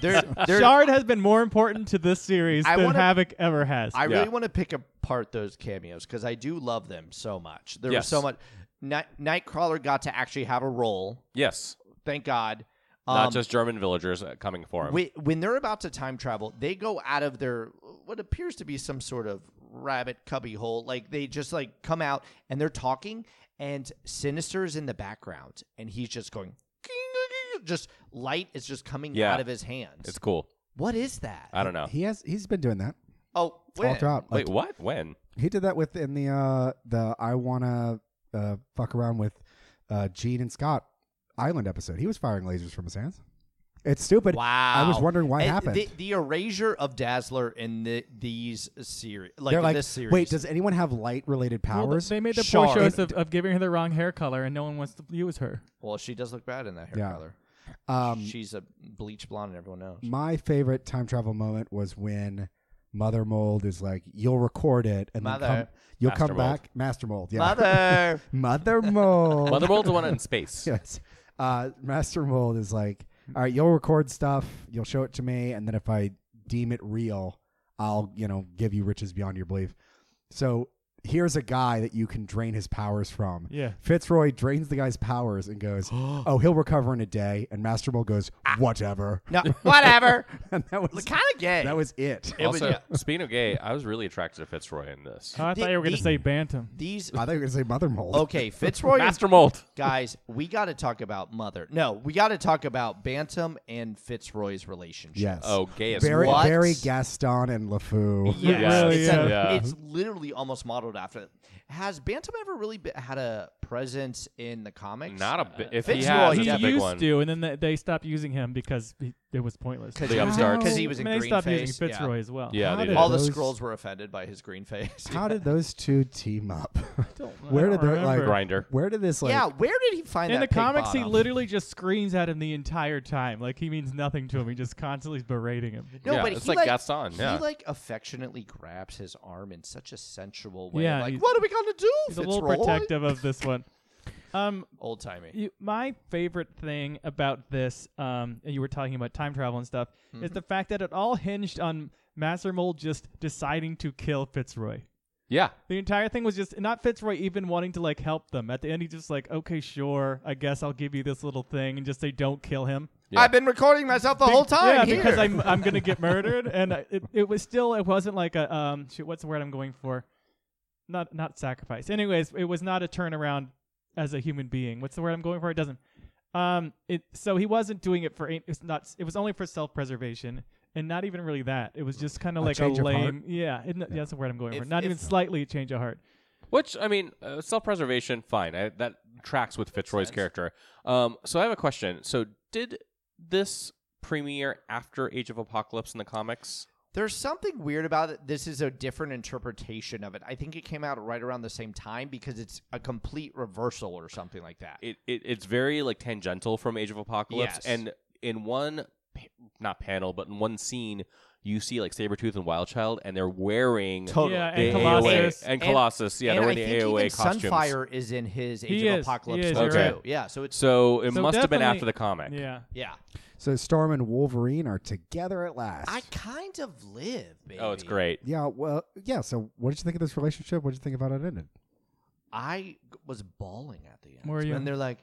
A: There, there,
D: Shard has been more important to this series
A: I
D: than
A: wanna-
D: Havoc ever has.
A: I
C: Yeah.
A: really want to pick apart those cameos because I do love them so much. There
C: Yes.
A: was so much. Night, Nightcrawler got to actually have a role.
C: Yes.
A: Thank God.
C: Not
A: Um,
C: just German villagers uh, coming for him.
A: whe- when they're about to time travel, they go out of their what appears to be some sort of rabbit cubby hole. Like they just like come out and they're talking, and Sinister is in the background, and he's just going. Just light is just coming
C: Yeah.
A: out of his hands.
C: It's cool.
A: what is that?
C: I don't know.
B: He has. He's been doing that
A: oh,
B: all
A: when?
B: throughout.
C: Wait, what? When?
B: He did that with in the uh the I wanna uh fuck around with uh Gene and Scott Island episode. He was firing lasers from his hands. It's stupid.
A: Wow.
B: I was wondering why it
A: And
B: happened.
A: The, the erasure of Dazzler in the, these series, like,
B: They're like,
A: this series.
B: wait, does anyone have light related
D: Well,
B: powers?
D: they made the poor
A: Shard.
D: choice of, of giving her the wrong hair color, and no one wants to use her.
A: well, she does look bad in that hair
B: Yeah.
A: color.
B: um,
A: She's a bleach blonde, and everyone knows.
B: my favorite time travel moment was when Mother Mold is like, "You'll record it, and
A: Mother.
B: then come, you'll
C: Master
B: come
C: Mold.
B: back, Master Mold, yeah,
A: Mother,
B: Mother Mold,
C: Mother World's the one in space.
B: yes. Uh, Master Mold is like, all right, you'll record stuff, you'll show it to me, and then if I deem it real, I'll, you know, give you riches beyond your belief. So here's a guy that you can drain his powers from.
D: Yeah.
B: Fitzroy drains the guy's powers and goes, oh, he'll recover in a day. And Master Mold goes, whatever.
A: no, whatever.
B: And that was,
A: kind of gay.
B: that was it.
A: It was-
C: Also,
A: yeah.
C: speaking of gay, I was really attracted to Fitzroy in this.
D: Oh, I thought you were gonna
A: the-
D: say Bantam.
A: These
B: I thought you were going to say Mother Mold.
A: okay, Fitzroy, and-
C: Master Mold.
A: guys. We got to talk about Mother. No, we got to talk about Bantam and Fitzroy's relationship.
B: Yes.
C: Oh, gay as
B: Barry,
C: fuck.
A: What?
B: Barry Gaston and LeFou.
A: Yes.
D: Yeah. Really,
A: it's, a-
C: yeah.
A: it's literally almost modeled after it. Has Bantam ever really be, had a presence in the comics?
C: Not a bit. If he
A: Fitzroy,
C: has,
A: he
C: it's a
D: he
C: big
D: used
C: one.
D: to, and then they, they stopped using him because he, it was pointless.
A: because
C: The
A: he, was-
C: upstarts.
A: 'cause he was
D: I
A: in
D: mean, they
A: green
D: stopped
A: face.
D: using Fitzroy as well.
C: Yeah,
B: How
C: they
B: did
C: did.
A: All the
B: Those-
A: scrolls were offended by his green face.
B: How did those two team up?
D: Don't- I
B: Where
D: don't
B: did they, like,
D: remember.
C: Grinder.
B: Where did this like?
A: yeah, where did he find
D: In
A: that
D: the
A: pig
D: comics, he
A: bottom?
D: literally just screams at him the entire time. Like he means nothing to him. He just constantly is berating him.
A: No,
C: Yeah,
A: but
C: it's
A: he
C: like
A: like
C: Gaston, yeah.
A: He like affectionately grabs his arm in such a sensual way.
D: Yeah,
A: like
D: he's-
A: what are we gonna do?
D: He's a little
A: Fitzroy?"
D: protective of this one. Um,
A: Old timey.
D: you, my favorite thing about this, um, and you were talking about time travel and stuff, is
A: Mm-hmm.
D: the fact that it all hinged on Master Mold just deciding to kill Fitzroy.
C: Yeah.
D: The entire thing was just not Fitzroy even wanting to like help them. At the end, he's just like, "Okay, sure, I guess I'll give you this little thing," and just say, "Don't kill him."
C: Yeah.
A: I've been recording myself the whole time.
D: yeah,
A: here.
D: because I'm I'm gonna get murdered, and I, it it was still it wasn't like a um shoot, what's the word I'm going for? Not not sacrifice. Anyways, it was not a turnaround as a human being. What's the word I'm going for? It doesn't. Um, it so he wasn't doing it for it's not it was only for self preservation. And not even really that. It was just kind of like a
B: change of heart?
D: lame, yeah. It, yeah. That's the word I'm going for.
A: If-
D: Not even
A: if-
D: slightly a change of heart.
C: Which I mean, uh, self-preservation, fine. I, that tracks with Fitzroy's character. Um, so I have a question. So did this premiere after Age of Apocalypse in the comics?
A: There's something weird about it. This is a different interpretation of it. I think it came out right around the same time because it's a complete reversal or something like that.
C: It, it it's very like tangential from Age of Apocalypse,
A: Yes.
C: and in one pa- not panel, but in one scene, you see like Sabretooth and Wildchild, and they're wearing
A: Totally.
D: Yeah,
C: the
D: and
C: AOA
D: Colossus.
C: and Colossus. yeah,
A: and
C: they're
A: I
C: wearing the
A: think
C: AOA
A: even
C: costumes.
A: Sunfire is in his Age
D: He
A: of
D: is, he
A: Apocalypse.
D: is,
A: one,
C: you're
A: too.
C: right.
A: Yeah, so it's
C: So it
D: So
C: must have been
D: definitely-
C: after the comic.
D: Yeah.
A: yeah.
B: So Storm and Wolverine are together at last.
A: I kind of live, baby.
C: Oh, it's great.
B: yeah. Well. Yeah. So what did you think of this relationship? What did you think about it ended?
A: I was bawling at the end.
D: Were you?
A: And they're like,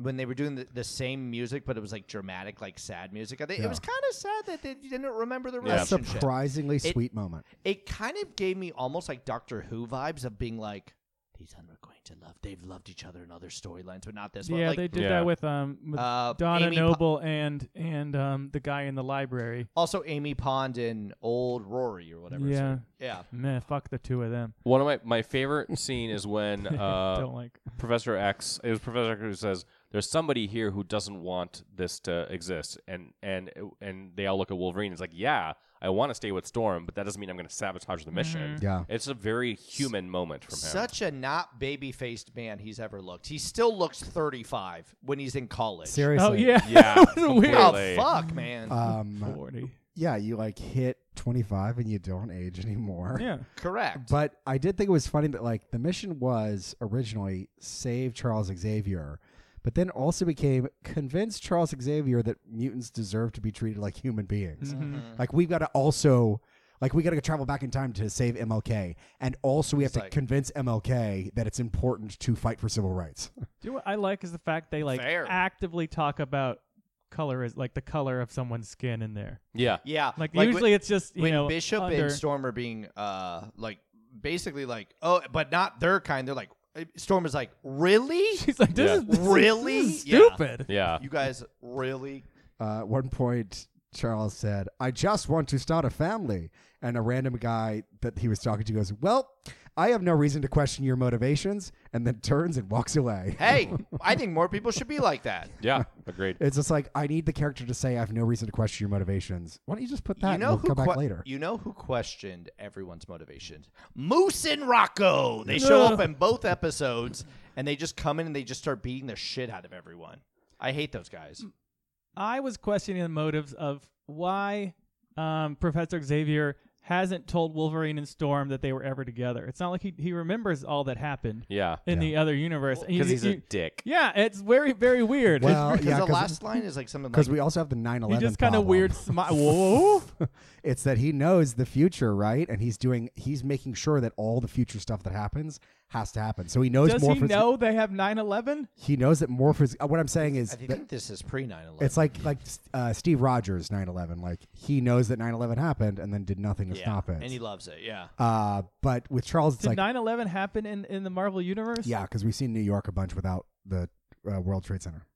A: when they were doing the, the same music, but it was like dramatic, like sad music. I think It was kind of sad that they didn't remember the
B: A
A: relationship.
B: surprisingly
A: It-
B: sweet moment.
A: It kind of gave me almost like Doctor Who vibes of being like, these unrequited love. They've loved each other in other storylines, but not this one.
D: yeah,
A: like,
D: they did
C: Yeah.
D: that with um with
A: Uh,
D: Donna
A: Amy Po-
D: Noble and and um the guy in the library.
A: also Amy Pond and old Rory or whatever. his
D: Yeah.
A: name- yeah.
D: Man, fuck the two of them.
C: One of my, my favorite scene is when uh,
D: Don't like.
C: Professor X. It was Professor X who says, "There's somebody here who doesn't want this to exist," and and and they all look at Wolverine. It's like, yeah, I want to stay with Storm, but that doesn't mean I'm going to sabotage the
D: Mm-hmm.
C: mission.
B: Yeah.
C: It's a very human moment from him.
A: Such a not baby faced man he's ever looked. He still looks 35 when he's in college.
B: Seriously.
D: Oh yeah,
C: yeah,
D: It was weird.
A: Oh,
C: completely.
A: fuck,
D: Mm-hmm.
A: man.
D: Uh,
B: Um.
D: Forty.
B: Yeah. You like hit 25 and you don't age anymore.
D: Yeah.
A: Correct.
B: But I did think it was funny that like the mission was originally save Charles Xavier, but then also became convince Charles Xavier that mutants deserve to be treated like human beings.
A: Mm-hmm.
B: Like we've got to also like we got to travel back in time to save MLK, and also we have to
A: like-
B: convince MLK that it's important to fight for civil rights.
D: Do you know what I like is the fact they like
A: Fair.
D: actively talk about color is like the color of someone's skin in there.
C: yeah.
A: yeah.
D: Like,
A: when-
D: usually it's just you
A: when
D: know
A: Bishop
D: under-
A: and Storm are being uh like basically like oh but not their kind. They're like uh, Storm is like, Really?
D: He's like, this
C: Yeah.
D: is this is-
A: Really?
D: this is
A: Yeah.
D: stupid.
C: Yeah.
A: You guys really
B: Uh, at one point, Charles said, I just want to start a family. And a random guy that he was talking to goes, Well, I have no reason to question your motivations. And then turns and walks away.
A: Hey, I think more people should be like that.
C: Yeah. Agreed.
B: It's just like, I need the character to say, I have no reason to question your motivations. Why don't you just put that
A: You know
B: and
A: who
B: we'll come back
A: que-
B: later?
A: You know who questioned everyone's motivations? Moose and Rocco. They show up in both episodes and they just come in and they just start beating the shit out of everyone. I hate those guys.
B: Uh,
D: I was questioning the motives of why um, Professor Xavier hasn't told Wolverine and Storm that they were ever together. It's not like he, he remembers all that happened
C: Yeah.
D: in the other universe. And
C: Because he's a
D: you-
C: dick.
D: yeah, it's very very weird.
B: Well,
A: Because
B: yeah,
A: the
B: 'cause-
A: last line is like something
B: Because
A: like
B: we also have the 9
D: he
B: 11.
D: just kind of weird smile. Whoa.
B: it's that he knows the future, right? And he's doing, he's making sure that all the future stuff that happens has to happen. So he knows
D: Does
B: more.
D: he know they have 9/11?
B: He knows that Morpheus. uh, What I'm saying is,
A: I
B: that-
A: think this is pre 9 11.
B: It's like like uh, Steve Rogers 9/11. Like he knows that 9/11 happened and then did nothing to stop it.
A: And he loves it, yeah.
B: uh, but with Charles, it's
D: Did
B: like
D: 9/11 happen in, in the Marvel universe?
B: yeah, because we've seen New York a bunch without the uh, World Trade Center.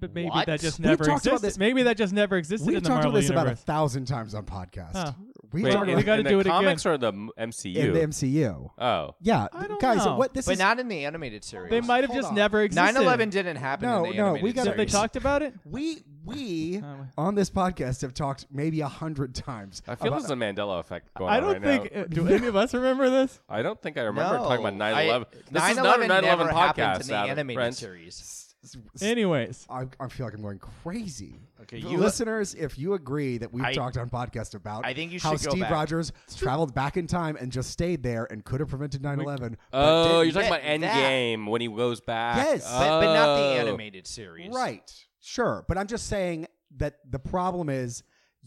D: but maybe
A: What?
D: that just
B: We've
D: never
B: talked
D: existed.
B: about this-
D: Maybe that just never existed
B: We've
D: in the
B: talked
D: Marvel
B: about this about a
D: universe.
B: thousand times on podcast.
D: Huh.
B: We
C: Wait,
B: talked
D: we
B: about
D: gotta
C: in
D: do
C: the
D: it again.
C: comics or the m- MCU?
B: in the MCU.
C: oh.
B: Yeah,
D: I don't
B: guys,
D: know.
B: what this
A: but
B: is?
A: not in the animated series.
D: they might have
B: Hold
D: just
B: on.
D: never existed.
A: 9 11 didn't happen.
B: No,
A: in the
B: no,
A: animated
B: we gotta-
D: Did
A: series.
D: they talked about it?
B: we we
D: Um,
B: on this podcast have talked maybe a hundred times.
C: I feel
B: about-
C: there's a Mandela effect going
D: I
C: on
D: don't
C: right now.
D: think. uh, do any of us remember this?
C: I don't think I remember
A: No,
C: talking about 9 11.
A: I-
C: This is not a
A: 9/11
C: 9 11
A: never happened
C: podcast.
A: in the
C: Adam,
A: animated
C: friends.
A: series.
B: s- s-
D: Anyways,
B: I, I feel like I'm going crazy.
A: Okay,
B: The
A: you-
B: listeners, if you agree that we've
A: I-
B: talked on podcast about
A: I think you
B: how
A: should go
B: Steve
A: back.
B: Rogers traveled back in time and just stayed there and could have prevented 9/11. but
C: Oh,
A: did
C: you're talking about
A: that- that-
C: Endgame when he goes back.
B: Yes.
A: But, but not
C: Oh.
A: the animated series.
B: Right. Sure. But I'm just saying that the problem is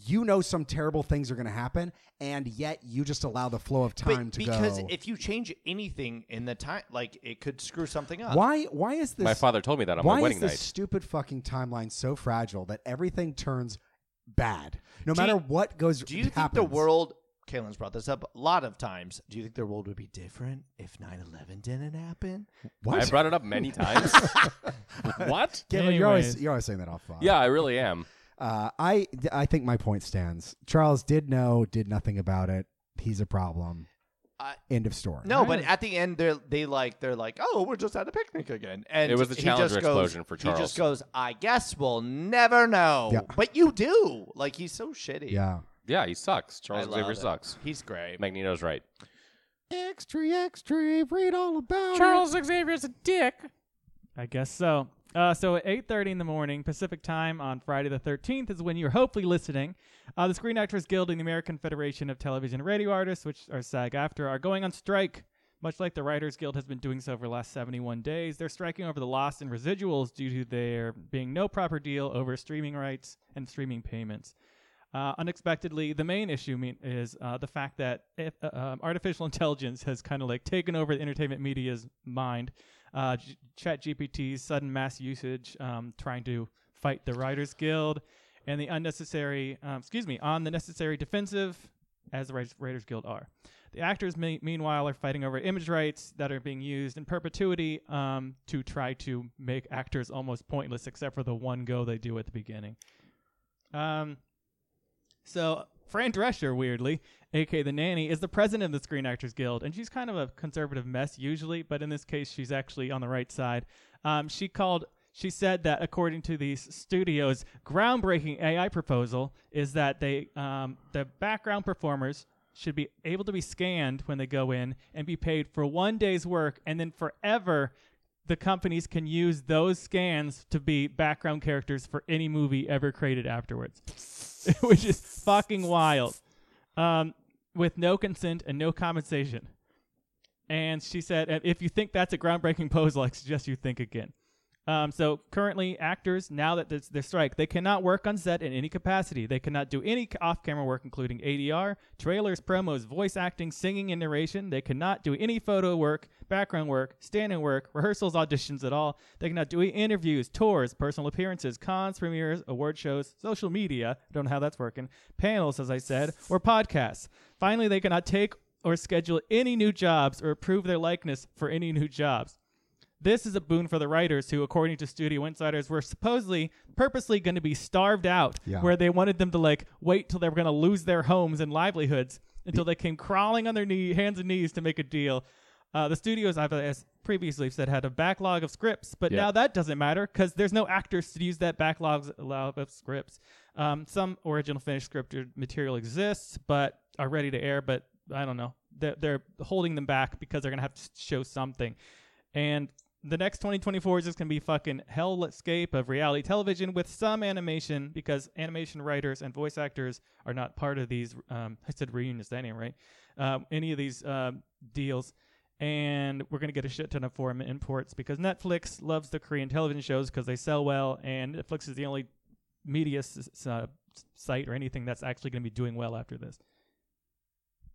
B: you know some terrible things are going to happen, and yet you just allow the flow of
A: But
B: time to
A: because
B: go.
A: if you change anything in the time, like it could screw something up.
B: why? Why is this?
C: My father told me that on
B: why
C: my wedding
B: is this
C: night.
B: stupid fucking timeline so fragile that everything turns bad, no matter what goes?
A: Do you think the
B: happens?
A: world? Kaylin's brought this up a lot of times. Do you think the world would be different if 9-11 didn't happen?
B: What?
C: I brought it up many times. what?
B: Caitlin, you're always
D: Anyways.
B: you're always saying that off. the-
C: Yeah, I really am.
B: Uh, I I think my point stands. Charles did know, did nothing about it. He's a problem.
A: I-
B: End of story.
A: No, but
D: Right.
A: at the end they they like they're like, "Oh, we're just at a picnic again." And
C: It was the
A: he
C: Challenger
A: just
C: explosion
A: goes,
C: for
A: He
C: Charles.
A: just goes, "I guess we'll never know."
B: Yeah.
A: But you do. Like he's so shitty.
B: Yeah.
C: Yeah, he sucks.
A: I
C: Charles
A: love
C: Xavier
A: it.
C: sucks.
A: He's great.
C: Magneto's right.
B: Extra, extra. Read all about
D: Xavier's a dick. I guess so. Uh, so at 8:30 in the morning Pacific time on Friday the 13th is when you're hopefully listening. Uh, the Screen Actors Guild and the American Federation of Television and Radio Artists, which are SAG-AFTRA, are going on strike. Much like the Writers Guild has been doing so for the last 71 days, they're striking over the loss in residuals due to there being no proper deal over streaming rights and streaming payments. Uh, unexpectedly, the main issue mean, is uh, the fact that if, uh, um, artificial intelligence has kind of like taken over the entertainment media's mind. Uh, G- Chat GPT's sudden mass usage, um, trying to fight the Writers Guild, and the unnecessary, um, excuse me, on the necessary defensive as the Writers, Writers Guild are. The actors, me- meanwhile, are fighting over image rights that are being used in perpetuity um, to try to make actors almost pointless, except for the one go they do at the beginning. Um, so Fran Drescher, weirdly, aka the nanny, is the president of the Screen Actors Guild, and she's kind of a conservative mess usually, but in this case, she's actually on the right side. Um, she called. She said that according to these studios, groundbreaking AI proposal is that they um, the background performers should be able to be scanned when they go in and be paid for one day's work, and then forever the companies can use those scans to be background characters for any movie ever created afterwards, which is fucking wild. Um, with no consent and no compensation. And she said, "And if you think that's a groundbreaking proposal, I suggest you think again. Um, so currently, actors, now that there's their strike, they cannot work on set in any capacity. They cannot do any off camera work, including ADR, trailers, promos, voice acting, singing, and narration. They cannot do any photo work, background work, stand in work, rehearsals, auditions at all. They cannot do any interviews, tours, personal appearances, cons, premieres, award shows, social media. Don't know how that's working. Panels, as I said, or podcasts. Finally, they cannot take or schedule any new jobs or approve their likeness for any new jobs. This is a boon for the writers who, according to studio insiders, were supposedly purposely going to be starved out,
B: Yeah.
D: where they wanted them to like wait till they were going to lose their homes and livelihoods until they came crawling on their knee, hands and knees to make a deal. Uh, the studios, I've as previously said, had a backlog of scripts, but
C: Yeah.
D: now that doesn't matter because there's no actors to use that backlog log of scripts. Um, some original finished scripted material exists, but are ready to air, but I don't know. They're, they're holding them back because they're going to have to show something. And the next 2024 is just going to be fucking hellscape of reality television with some animation because animation writers and voice actors are not part of these. Um, I said reunion, is that name right? Um, any of these um, deals. And we're going to get a shit ton of foreign imports because Netflix loves the Korean television shows because they sell well. And Netflix is the only media s- s- uh, s- site or anything that's actually going to be doing well after this.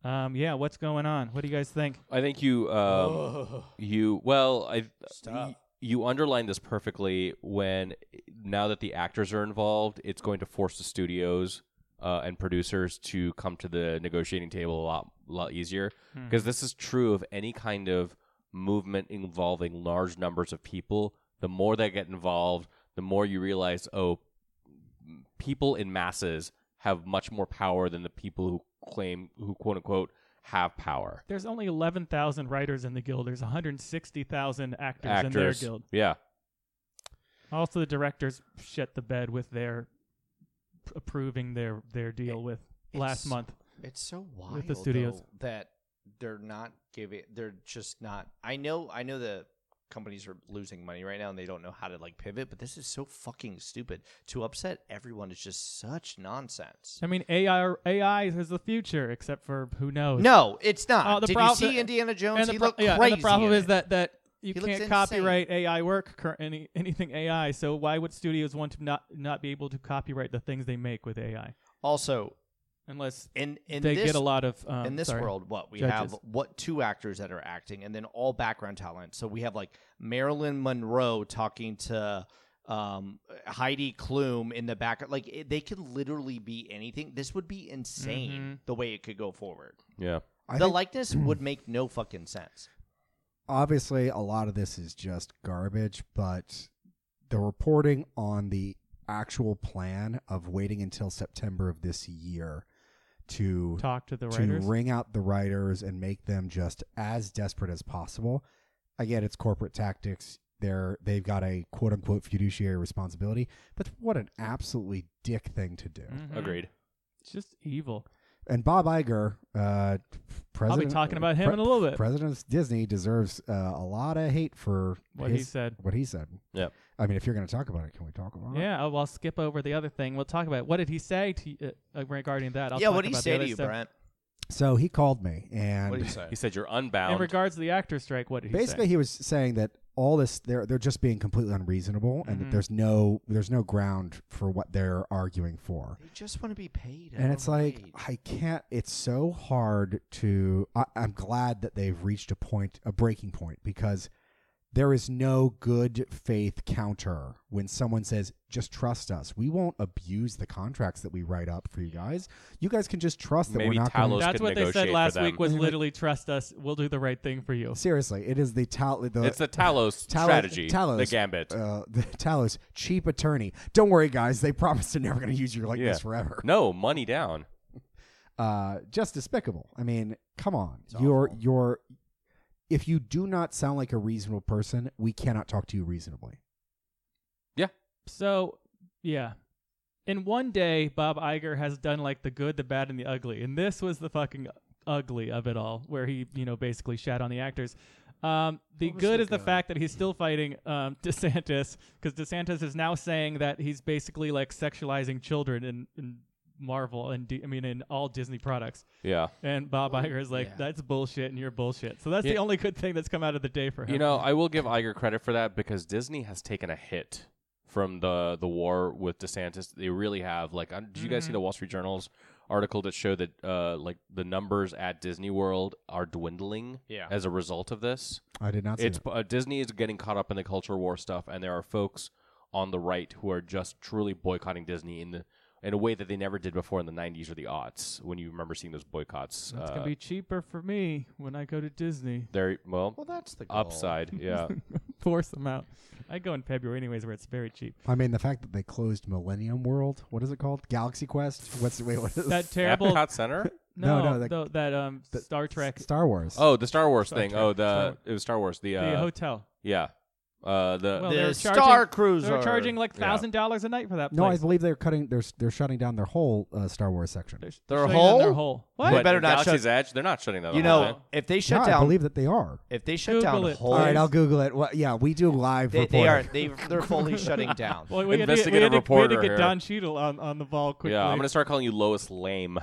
D: Um, yeah, what's going on? What do you guys think?
C: I think you, um,
A: Ugh.
C: you. Well, I.
A: Stop.
C: y- You underlined this perfectly when now that the actors are involved, it's going to force the studios uh, and producers to come to the negotiating table a lot, lot easier. Because this is true of any kind of movement involving large numbers of people. The more they get involved, the more you realize, oh, people in masses have much more power than the people who claim, who quote unquote, have power.
D: There's only 11,000 writers in the guild. There's 160,000 actors, in their guild.
C: Yeah.
D: Also, the directors shit the bed with their p- approving their their deal with last
A: it's-
D: month.
A: It's so wild
D: With the studios.
A: though, that they're not giving. They're just not. I know. I know the companies are losing money right now and they don't know how to like pivot. But this is so fucking stupid. To upset everyone is just such nonsense.
D: I mean, AI AI is the future, except for who knows.
A: No, it's not.
D: Uh, the
A: Did
D: prob-
A: you see
D: the-
A: Indiana Jones?
D: And the,
A: he
D: pro-
A: looked
D: yeah,
A: crazy.
D: and the problem
A: in
D: is
A: it.
D: that that you
A: He looks
D: can't
A: insane.
D: copyright AI work, cur- any anything AI. So why would studios want to not not be able to copyright the things they make with AI,
A: also
D: unless
A: in in
D: they
A: this
D: get a lot of um,
A: in this
D: sorry.
A: world what we have
D: Judges.
A: what two actors that are acting and then all background talent so we have like marilyn monroe talking to um, heidi klum in the back like it, they could literally be anything this would be insane
D: Mm-hmm.
A: the way it could go forward
C: Yeah.
B: I
A: the
B: think
A: likeness would make no fucking sense
B: obviously a lot of this is just garbage, but the reporting on the actual plan of waiting until September of this year to
D: Talk to the
B: to
D: writers.
B: ring out the writers and make them just as desperate as possible. Again, it's corporate tactics. They're they've got a quote unquote fiduciary responsibility, but what an absolutely dick thing to do.
D: Mhm.
C: Agreed.
D: It's just evil.
B: And Bob Iger, uh,
D: I'll
B: president,
D: be talking about him in a little bit.
B: President of Disney deserves uh, a lot of hate for
D: What he
B: his-
D: said.
B: What he said.
C: Yep.
B: I mean, if you're going to talk about it, can we talk about it?
D: Yeah, oh, I'll, I'll skip over the other thing. We'll talk about it. what did he say to uh, uh, regarding that. I'll
A: yeah
D: talk
A: what do you
D: about the
A: say
D: other
A: to you
D: stuff.
A: brent
B: So he called me and
A: what do you say
C: He said you're unbound.
D: In regards to the actor strike, what did he
B: basically
D: say?
B: he was saying that all this they're they're just being completely unreasonable and
C: Mm-hmm.
B: that
D: Mhm.
B: there's no there's no ground for what they're arguing for.
A: they just want to be paid
B: And it's like
A: overpaid.
B: I can't. It's so hard to. I, I'm glad that they've reached a point, a breaking point, because there is no good faith counter when someone says, "Just trust us. We won't abuse the contracts that we write up for you guys. You guys can just trust that
C: Maybe
B: we're not
C: Talos
B: going."
D: That's
C: could
D: what they
C: negotiate
D: said
C: for
D: last
C: them.
D: week was literally trust us, we'll do the right thing for you.
B: Seriously, it is the tal. The,
C: it's the Talos,
B: Talos-
C: strategy,
B: Talos,
C: the gambit.
B: Uh, the Talos cheap attorney. Don't worry, guys. They promised they're never going to use your likeness
C: Yeah.
B: forever.
C: no, money down.
B: uh, just despicable. I mean, come on, you're
A: awful.
B: you're. If you do not sound like a reasonable person, we cannot talk to you reasonably.
D: So, yeah. In one day, Bob Iger has done like the good, the bad, and the ugly. And this was the fucking ugly of it all, where he, you know, basically shat on the actors. Um, the
A: What was
D: good
A: the
D: is the
A: good?
D: fact that he's still fighting um, DeSantis because DeSantis is now saying that he's basically like sexualizing children in, in Marvel and D- I mean in all Disney products.
C: Yeah.
D: And Bob Iger is like,
A: yeah.
D: that's bullshit and you're bullshit. So that's
C: Yeah.
D: the only good thing that's come out of the day for him.
C: You know, I will give Iger credit for that because Disney has taken a hit from the the war with DeSantis. They really have. Like, uh, did you guys see the Wall Street Journal's article that showed that uh, like the numbers at Disney World are dwindling
A: Yeah.
C: as a result of this?
B: I did not. See
C: It's
B: that.
C: uh, Disney is getting caught up in the culture war stuff, and there are folks on the right who are just truly boycotting Disney in the in a way that they never did before in the '90s or the aughts. When you remember seeing those boycotts,
D: it's
C: uh,
D: gonna be cheaper for me when I go to Disney.
C: there. Well,
A: well that's the goal.
C: upside, yeah.
D: force them out. I go in February anyways, where it's very cheap.
B: I mean, the fact that they closed Millennium World. What is it called? Galaxy Quest. What's wait? What is
D: That terrible.
C: Epcot Center.
D: no,
B: No, no,
D: the- that, um
B: the-
D: Star Trek,
B: Star Wars.
C: Oh, the Star Wars
D: Star
C: thing.
D: Trek,
C: oh,
D: Star
C: the
D: Wars.
C: it was Star Wars. The,
D: the
C: uh,
D: hotel.
C: yeah, uh, the
D: Well,
A: the
D: they're charging,
A: star cruiser
D: They're charging like
C: Yeah.
D: thousand dollars a night for that
B: no, I
D: place.
B: believe they're cutting. They're they're shutting down their whole uh, Star Wars section.
D: They're sh-
A: Their
D: shutting down Their
A: whole-
D: whole.
A: They
D: What?
C: but
A: better not
C: Galaxy's Edge. They're not shutting down.
A: you
C: the whole
A: know
C: thing.
A: if they
B: No,
A: shut
B: I
A: down
B: believe that they are.
A: if they shut
D: Oh. Google
A: down
D: it.
A: whole
B: All right, I'll Google it. Well, yeah, we do live.
A: they, they
B: reporting.
A: are they, they're fully shutting down
D: Well, we had to get, we
C: Investigative
D: had to, we had to
C: reporter
D: get
C: here.
D: Don Cheadle on, on the ball quickly.
C: yeah, I'm gonna start calling you Lois Lame.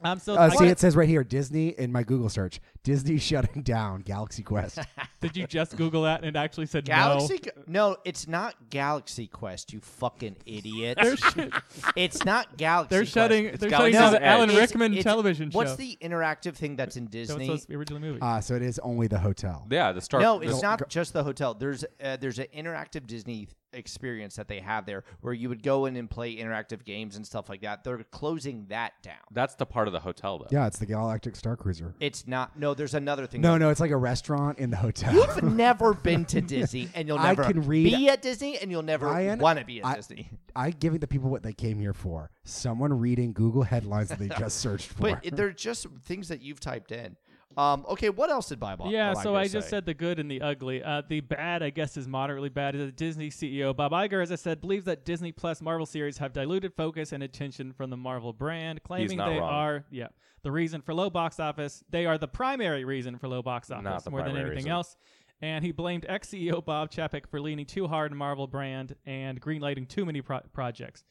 D: I'm so.
B: Uh,
D: I
B: see,
D: got-
B: it says right here Disney in my Google search. Disney shutting down Galaxy Quest.
D: Did you just Google that and it actually said
A: Galaxy? Q- No. it's not Galaxy Quest. You fucking idiot!
D: no? Shit.
A: it's not Galaxy.
D: They're
A: Quest.
D: shutting. They're shutting
C: Galaxy's
D: down the
C: Edge.
D: Alan
A: It's-
D: Rickman
A: it's-
D: television
A: What's
D: show.
A: the interactive thing that's in
D: That was
A: Disney?
D: supposed to be original movie.
B: Ah, so it is only the hotel.
C: Yeah, the Star.
A: no,
C: the-
A: it's not just the hotel. There's uh, there's an interactive Disney experience that they have there where you would go in and play interactive games and stuff like that. They're closing that down.
C: That's the part of the hotel though.
B: Yeah, it's the Galactic Star Cruiser.
A: It's not. No, there's another thing.
B: No, no, it's like a restaurant in the hotel.
A: You've never been to Disney, and you'll
B: I
A: never
B: can read-
A: be at Disney, and you'll never
B: Ryan,
A: want to be at
B: I-
A: Disney.
B: I giving the people what they came here for. Someone reading Google headlines that they just searched for.
A: But it- they're just things that you've typed in. Um, okay, what else did Bob?
D: yeah, so
A: Iger
D: I just
A: say?
D: said the good and the ugly. Uh, the bad, I guess, is moderately bad. Is that Disney CEO Bob Iger, as I said, believes that Disney Plus Marvel series have diluted focus and attention from the Marvel brand, claiming
C: not
D: they
C: wrong.
D: are yeah the reason for low box office. They are the primary reason for low box office
C: the
D: more than
C: primary
D: anything
C: reason.
D: else. And he blamed ex CEO Bob Chapek for leaning too hard on Marvel brand and greenlighting too many pro- projects.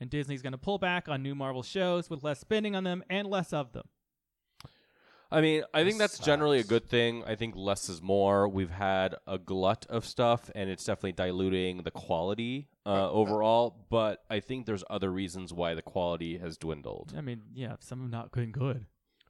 D: And Disney's going to pull back on new Marvel shows with less spending on them and less of them.
C: I mean, I think that's generally a
A: sucks.
C: good thing. I think less is more. We've had a glut of stuff, and it's definitely diluting the quality uh, overall. But I think there's other reasons why the quality has dwindled.
D: I mean, yeah, some have not been good.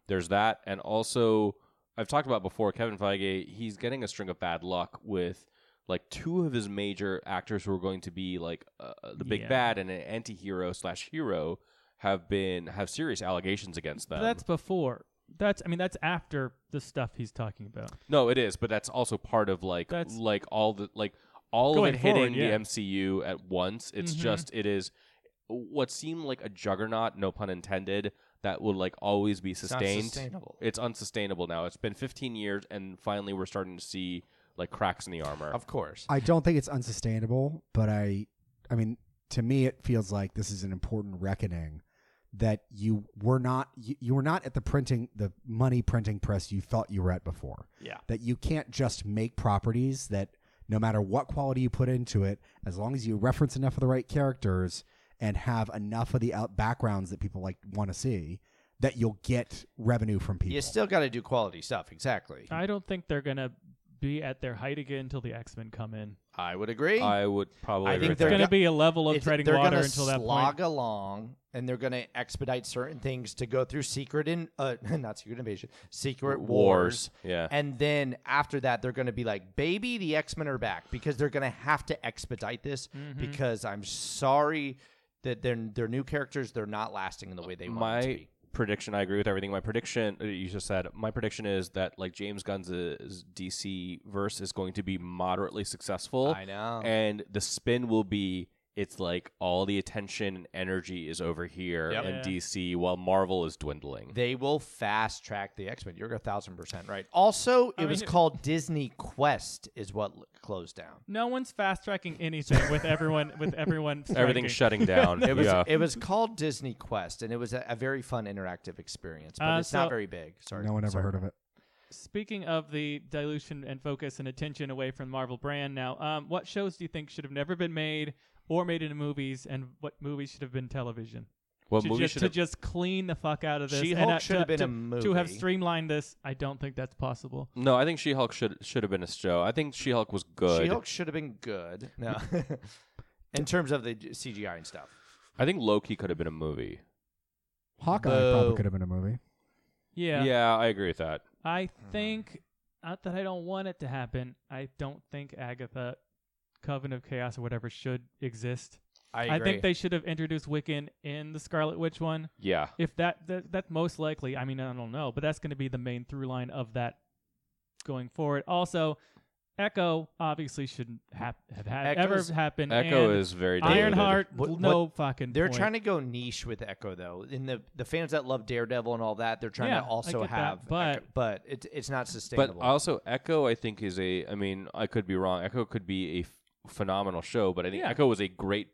C: There's that, and also I've talked about before. Kevin Feige, he's getting a string of bad luck with like two of his major actors who are going to be like uh, the big
D: Yeah.
C: bad and an anti-hero slash hero have been have serious allegations against them.
D: But that's before. That's I mean that's after the stuff he's talking about.
C: No, it is, but that's also part of like
D: That's-
C: like all the like all of
D: Going
C: it
D: forward,
C: hitting
D: yeah.
C: the MCU at once. It's
D: Mhm.
A: Mm-hmm.
C: just it is what seemed like a juggernaut, no pun intended, that will like always be
A: not
C: sustained.
A: sustainable.
C: It's unsustainable now. It's been 15 years, and finally we're starting to see like cracks in the armor.
A: of course.
B: I don't think it's unsustainable, but I I mean to me it feels like this is an important reckoning that you were not you, you were not at the printing the money printing press you thought you were at before.
D: Yeah.
B: That you can't just make properties that no matter what quality you put into it, as long as you reference enough of the right characters and have enough of the out backgrounds that people like want to see, that you'll get revenue from people.
A: You still got to do quality stuff. Exactly.
C: Hmm.
D: I don't think they're gonna be at their height again until the X Men come in.
A: I would agree.
C: I would probably.
A: I think
C: agree with
A: they're
D: It's
C: that.
D: gonna
A: go-
D: be a level of
A: It's-
D: treading
A: they're
D: water
A: gonna
D: until that
A: slog
D: point.
A: along, and they're going to expedite certain things to go through secret in uh, not secret invasion, secret wars.
C: Yeah.
A: and then after that, they're going to be like, "Baby, the X Men are back," because they're going to have to expedite this.
D: Mm-hmm.
A: Because I'm sorry that their their new characters they're not lasting in the way they want them to
C: my
A: be.
C: prediction i agree with everything my prediction uh, you just said my prediction is that like james gunn's uh, dc verse is going to be moderately successful
A: I know.
C: and the spin will be it's like all the attention and energy is over here
A: Yep.
C: in
D: Yeah.
C: dc while marvel is dwindling
A: They will fast track the X Men. You're a thousand percent right. Also, it
D: I
A: was
D: mean-
A: called Disney Quest, is what l- closed down.
D: No one's fast tracking anything with everyone with everyone.
C: everything's
D: striking.
C: shutting down
A: It was
C: yeah
A: it was called Disney Quest, and it was a, a very fun interactive experience, but
D: Uh,
A: it's not
D: so-
A: very big. Sorry,
B: no one ever
A: Sorry.
B: heard of it.
D: Speaking of the dilution and focus and attention away from Marvel brand now, um, what shows do you think should have never been made or made into movies, and what movies should have been television?
C: what
D: to
C: movie
D: just,
C: should
D: to
C: have
D: just clean the fuck out of this.
A: She-Hulk
D: and, uh,
A: should have
D: to-
A: been a
D: to- To have
A: movie.
D: streamlined this, I don't think that's possible.
C: no i think she-hulk should should have been a show i think she-hulk was good
A: She-Hulk should have been good. No, in terms of the j- CGI and stuff.
C: i think loki could have been a movie
B: Hawkeye
A: Boo.
B: probably could have been a movie.
D: Yeah.
C: i agree with that
D: I think not that I don't want it to happen. I don't think Agatha Coven of Chaos or whatever should exist.
A: I,
D: I think they should have introduced Wiccan in the Scarlet Witch one.
C: yeah
D: If that, that that's most likely, I mean I don't know, but that's going to be the main through line of that going forward. Also, Echo obviously shouldn't hap- have had ever
A: Echo's-
D: happened.
C: echo
D: and
C: is very diluted.
D: Ironheart.
A: What-
D: no fucking.
A: They're
D: point.
A: trying to go niche with Echo though. In the the fans that love Daredevil and all that, they're trying
D: Yeah,
A: to
D: I
A: also
D: get that,
A: have,
D: but-
A: Echo, but it's it's not
C: But
A: sustainable.
C: also, Echo, I think is a. I mean, I could be wrong. Echo could be a f- phenomenal show, but I think
D: Yeah.
C: Echo was a great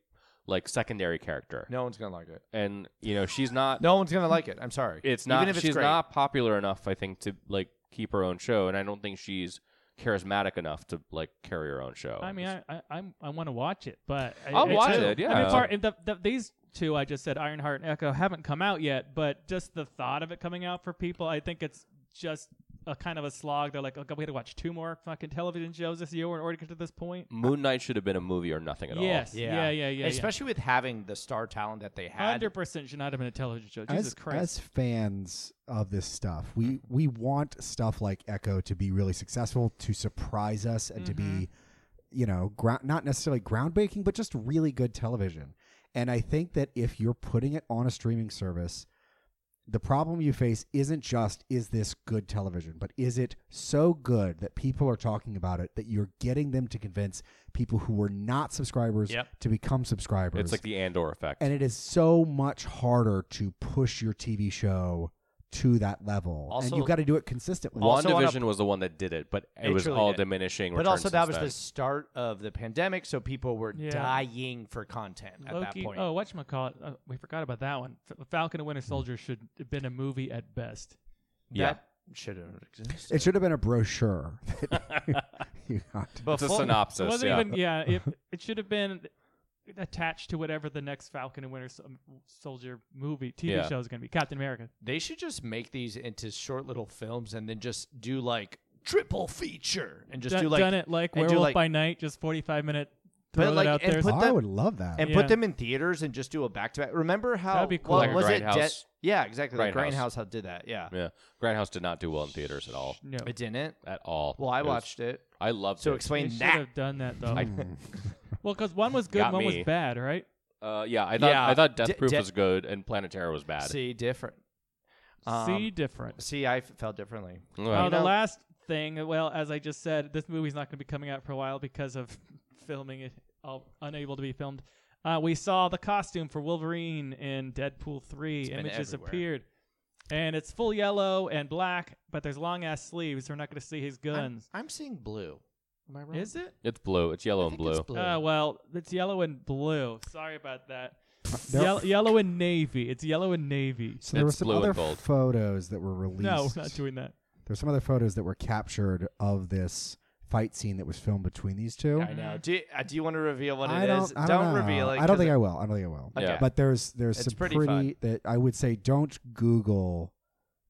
C: like secondary character,
A: no one's gonna like it.
C: and you know she's not.
A: No one's gonna like it. I'm sorry.
C: it's
A: Even
C: not.
A: if it's
C: she's
A: great.
C: not popular enough, I think, to like keep her own show, and I don't think she's charismatic enough to like carry her own show.
D: I mean, I I I'm, I want to watch it, but I,
C: I'll
D: I
C: watch
D: too.
C: it,
D: I
C: yeah.
D: mean, part, the, the, these two I just said, Ironheart and Echo, haven't come out yet, but just the thought of it coming out for people, I think it's just a kind of a slog. They're like, oh, God, we had to watch two more fucking television shows this year in order to get to this point.
C: Moon Knight should have been a movie or nothing at
D: Yes,
C: all.
D: yeah, yeah, yeah, yeah.
A: Especially with having the star talent that they had.
D: Hundred percent should not have been a television show. Jesus
B: as,
D: Christ! Mm-hmm.
B: as fans of this stuff, we we want stuff like Echo to be really successful, to surprise us, and to
D: Mm-hmm.
B: be, you know, ground not necessarily groundbreaking, but just really good television. And I think that if you're putting it on a streaming service, the problem you face isn't just is this good television, but is it so good that people are talking about it that you're getting them to convince people who were not subscribers
D: Yep.
B: to become subscribers
C: It's like the Andor effect.
B: and it is so much harder to push your TV show to that level, and
A: Also-
B: you've got to do it consistently.
A: Also on a-
C: WandaVision was the one that did it, but it
A: It
C: was
A: truly
C: all
A: did.
C: diminishing.
A: But
C: returns
A: also, that
C: since
A: was
C: then.
A: the start of the pandemic, so people were
D: Yeah.
A: dying for content at
D: Loki.
A: that point.
D: Oh, whatchamacallit. Uh, we forgot about that one. F- Falcon and Winter Soldier should have been a movie at best.
C: yeah.
A: That should have existed.
B: It should have been a brochure. you got.
C: It's a synopsis.
D: it wasn't
C: yeah.
D: even. Yeah, it, it should have been attached to whatever the next Falcon and Winter Sol- Soldier movie TV
C: Yeah.
D: show is going to be. Captain America.
A: They should just make these into short little films and then just do like triple feature and just
D: done,
A: do like
D: done it like
A: and do
D: Werewolf
A: like-
D: by Night, just forty-five minute. Throw
A: like,
D: it out
A: and
D: there.
A: put
B: I
A: the-
B: would love that.
A: and
D: Yeah.
A: put them in theaters and just do a back to back. Remember how
D: That'd be cool.
A: well,
D: Like a
A: was it?
C: Grindhouse.
A: Dead- yeah, exactly. Like
C: Grindhouse.
A: Grindhouse how did that. Yeah,
C: yeah. Grindhouse did not do well in theaters at all.
D: no,
A: it didn't.
C: At all.
A: Well, I
C: It was-
A: watched it.
C: I loved
A: So
C: it.
D: they
A: explain
D: should
A: that.
D: have done that though.
C: I-
B: Hmm.
D: well, because one was good,
C: Got
D: one
C: me.
D: was bad, right?
C: uh, yeah, I thought
A: Yeah.
C: I thought Death
A: De-
C: Proof
A: de-
C: was good and Planetara was bad.
A: See different.
D: See
A: Um,
D: different.
A: See, I f- felt differently.
C: Well,
D: Uh,
A: you
D: the
A: know-
D: last thing, well, as I just said, this movie's not going to be coming out for a while because of filming it, all, unable to be filmed. Uh, we saw the costume for Wolverine in Deadpool 3.
A: been
D: Images
A: everywhere.
D: appeared. And it's full yellow and black, but there's long ass sleeves. So we're not going to see his
A: I'm,
D: guns.
A: I'm seeing blue. Am I wrong?
D: Is it?
C: It's blue. It's yellow
A: I
C: and
A: think it's
C: blue.
A: blue.
D: Uh, well, it's yellow and blue. Sorry about that.
B: There-
D: Yellow, yellow and navy. It's yellow and navy.
B: so there were
C: It's
B: some
C: blue and
B: other
C: gold.
B: photos that were released.
D: No, we're not doing that.
B: There's some other photos that were captured of this fight scene that was filmed between these two.
A: I know. Do you, uh, do you want to reveal what it
B: I don't,
A: is?
B: I don't, know.
A: reveal it.
B: I don't think
A: 'cause
B: I will. I don't think I will.
A: Okay.
C: Yeah.
B: But there's there's
A: It's
B: some
A: pretty
B: pretty, that I would say don't Google.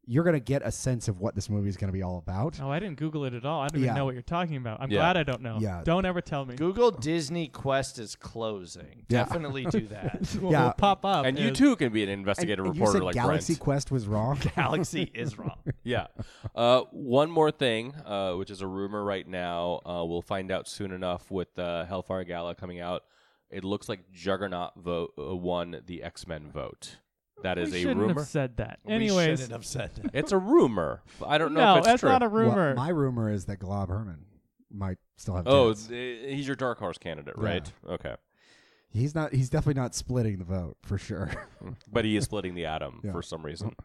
B: You're gonna get a sense of what this movie is gonna be all about.
D: Oh, I didn't Google it at all. I don't
B: Yeah.
D: even know what you're talking about. I'm
C: Yeah.
D: glad I don't know.
B: Yeah.
D: Don't ever tell me.
A: Google Disney Quest is closing.
B: Yeah.
A: Definitely do that.
D: What
B: Yeah.
D: will pop up.
C: And you
D: is-
C: too can be an
B: And,
C: investigative
B: and you
C: reporter
B: said
C: like
B: Galaxy
C: Brent.
B: Quest was wrong.
A: Galaxy is wrong.
C: yeah. Uh, one more thing, uh, which is a rumor right now. Uh, we'll find out soon enough with uh, Hellfire Gala coming out. It looks like Juggernaut vote uh, won the X Men vote. That is
D: we
C: a
D: shouldn't
C: rumor.
D: have said that.
A: we
D: Anyways,
A: shouldn't have said that.
C: It's a rumor. but I don't know
D: no,
C: if it's
D: that's
C: true.
D: not a
B: Well,
D: rumor.
B: my rumor is that Glob Herman might still have.
C: oh,
B: chance.
C: th- he's your dark horse candidate,
B: Yeah.
C: right? Okay,
B: he's not. He's definitely not splitting the vote for sure.
C: but he is splitting the atom
B: Yeah.
C: for some reason.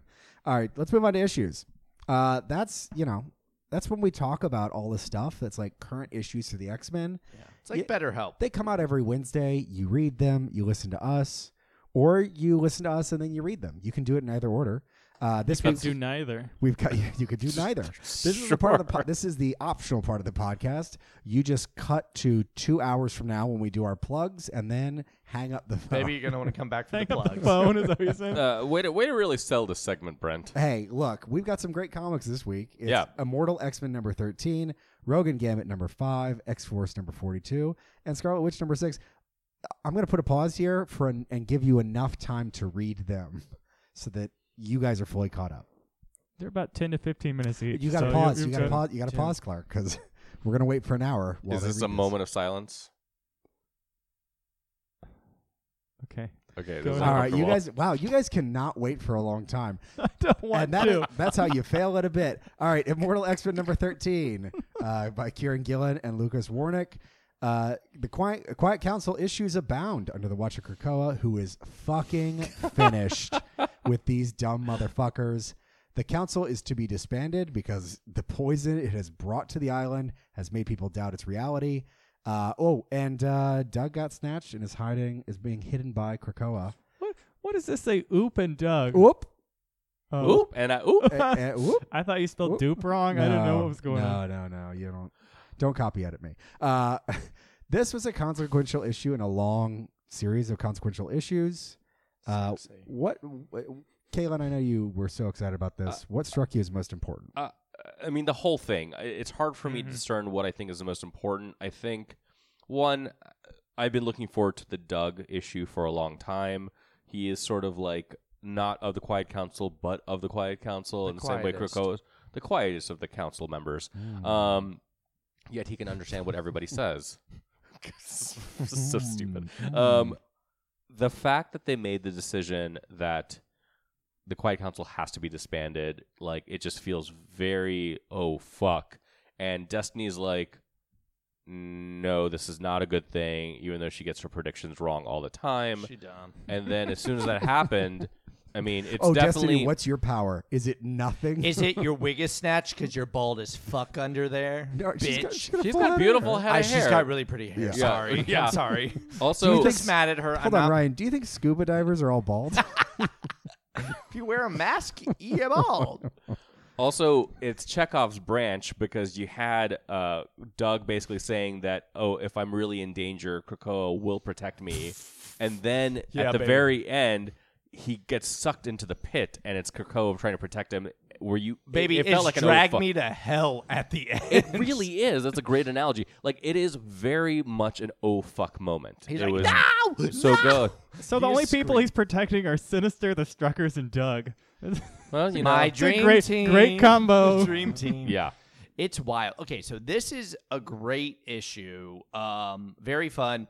B: All right, let's move on to issues. Uh, that's you know, that's when we talk about all the stuff that's like current issues for the X Men.
A: It's like BetterHelp.
B: They come out every Wednesday. You read them, you listen to us, or you listen to us and then you read them. You can do it in either order. Uh, this
D: Can't
B: week
D: do neither.
B: we've got you could do neither. This is the part of the po- this is the optional part of the podcast. You just cut to two hours from now when we do our plugs and then hang up the phone.
A: Maybe you're gonna want to come back for the
D: Hang up
A: plugs.
D: the phone. Is that what you're saying?
C: Uh, way to way to really sell this segment, Brent.
B: Hey, look, we've got some great comics this week. It's
C: Yeah.
B: Immortal X Men number 13, Rogan Gambit number 5, X Force number 42, and Scarlet Witch number 6. I'm going to put a pause here for an, and give you enough time to read them so that you guys are fully caught up.
D: They're about ten to fifteen minutes each.
B: You got to
D: so
B: pause.
D: you're-
B: You got to
D: you're
B: pause. You got to pause, Clark, because we're going to wait for an hour. While
C: is
B: they
C: this
B: read
C: a moment of silence?
D: Okay. Go
C: Okay, this is
D: ahead.
B: All right, you
C: uncomfortable.
B: guys. Wow, you guys cannot wait for a long time.
D: I don't want
B: and that,
D: to.
B: that's how you fail at a bit. All right, Immortal X-Men number 13 uh, by Kieran Gillen and Lucas Warnick. Uh, the Quiet, Quiet Council issues abound under the watch of Krakoa, who is fucking finished with these dumb motherfuckers. The council is to be disbanded because the poison it has brought to the island has made people doubt its reality. Uh, oh, and uh, Doug got snatched and is hiding, is being hidden by Krakoa.
D: What, what does this say? Oop and Doug.
B: Whoop!
D: Oh.
C: Oop and I oop.
B: Eh, eh, whoop!
D: I thought you spelled
B: Oop.
D: dupe wrong. I didn't know what was going
B: no,
D: on.
B: No, no, no. You don't. Don't copy edit me. Uh, this was a consequential issue in a long series of consequential issues. Uh, what, what, Kaylin? I know you were so excited about
D: Uh,
B: this. what struck you as most important?
C: uh, I mean, the whole thing. I- It's hard for me to
D: Mhm.
C: discern what I think is the most important. I think one, I've been looking forward to the Doug issue for a long time. He is sort of like not of the Quiet Council, but of the Quiet Council in the same way
A: quietest.
C: Krakoa is the quietest of the council members.
D: Hmm.
C: Um, yet he can understand what everybody says. so stupid. Um, the fact that they made the decision that the Quiet Council has to be disbanded, like it just feels very oh fuck. And Destiny's like, no, this is not a good thing, even though she gets her predictions wrong all the time.
A: She dumb.
C: and then as soon as that happened, I mean, it's
B: oh, Destiny,
C: definitely
B: what's your power? Is it nothing?
A: Is it your wig is snatched because you're bald as fuck under there?
B: No,
A: bitch.
B: she's got- she's got,
C: she's
B: full head
C: got
B: of
C: beautiful
B: hair.
C: head
A: I,
C: of
A: she's
C: hair.
A: got really pretty hair.
B: Yeah.
A: Sorry.
C: Yeah.
A: I'm sorry.
C: also,
A: I'm just mad at her.
B: Hold
A: I'm
B: on,
A: not,
B: Ryan. Do you think scuba divers are all bald?
A: If you wear a mask, you're bald.
C: Also, it's Chekhov's branch because you had uh, Doug basically saying that, "Oh, if I'm really in danger, Krakoa will protect me," and then
A: Yeah,
C: at the
A: baby.
C: very end, he gets sucked into the pit, and it's Krakoa trying to protect him. Were you, it-
A: Baby,
C: It, felt like an
A: drag
C: old fu-
A: me to hell at the end.
C: It really is. That's a great analogy. Like it is very much an oh fuck moment.
A: He's
C: it
A: like,
C: was
A: no,
C: so good.
D: So the
A: He
D: only
A: is
D: people
A: great.
D: he's protecting are Sinister, the Struckers, and Doug.
C: Well, you know,
A: My
D: a
A: dream
D: great-
A: team.
D: great combo.
A: Dream team.
C: yeah.
A: It's wild. Okay, so this is a great issue. Um, very fun.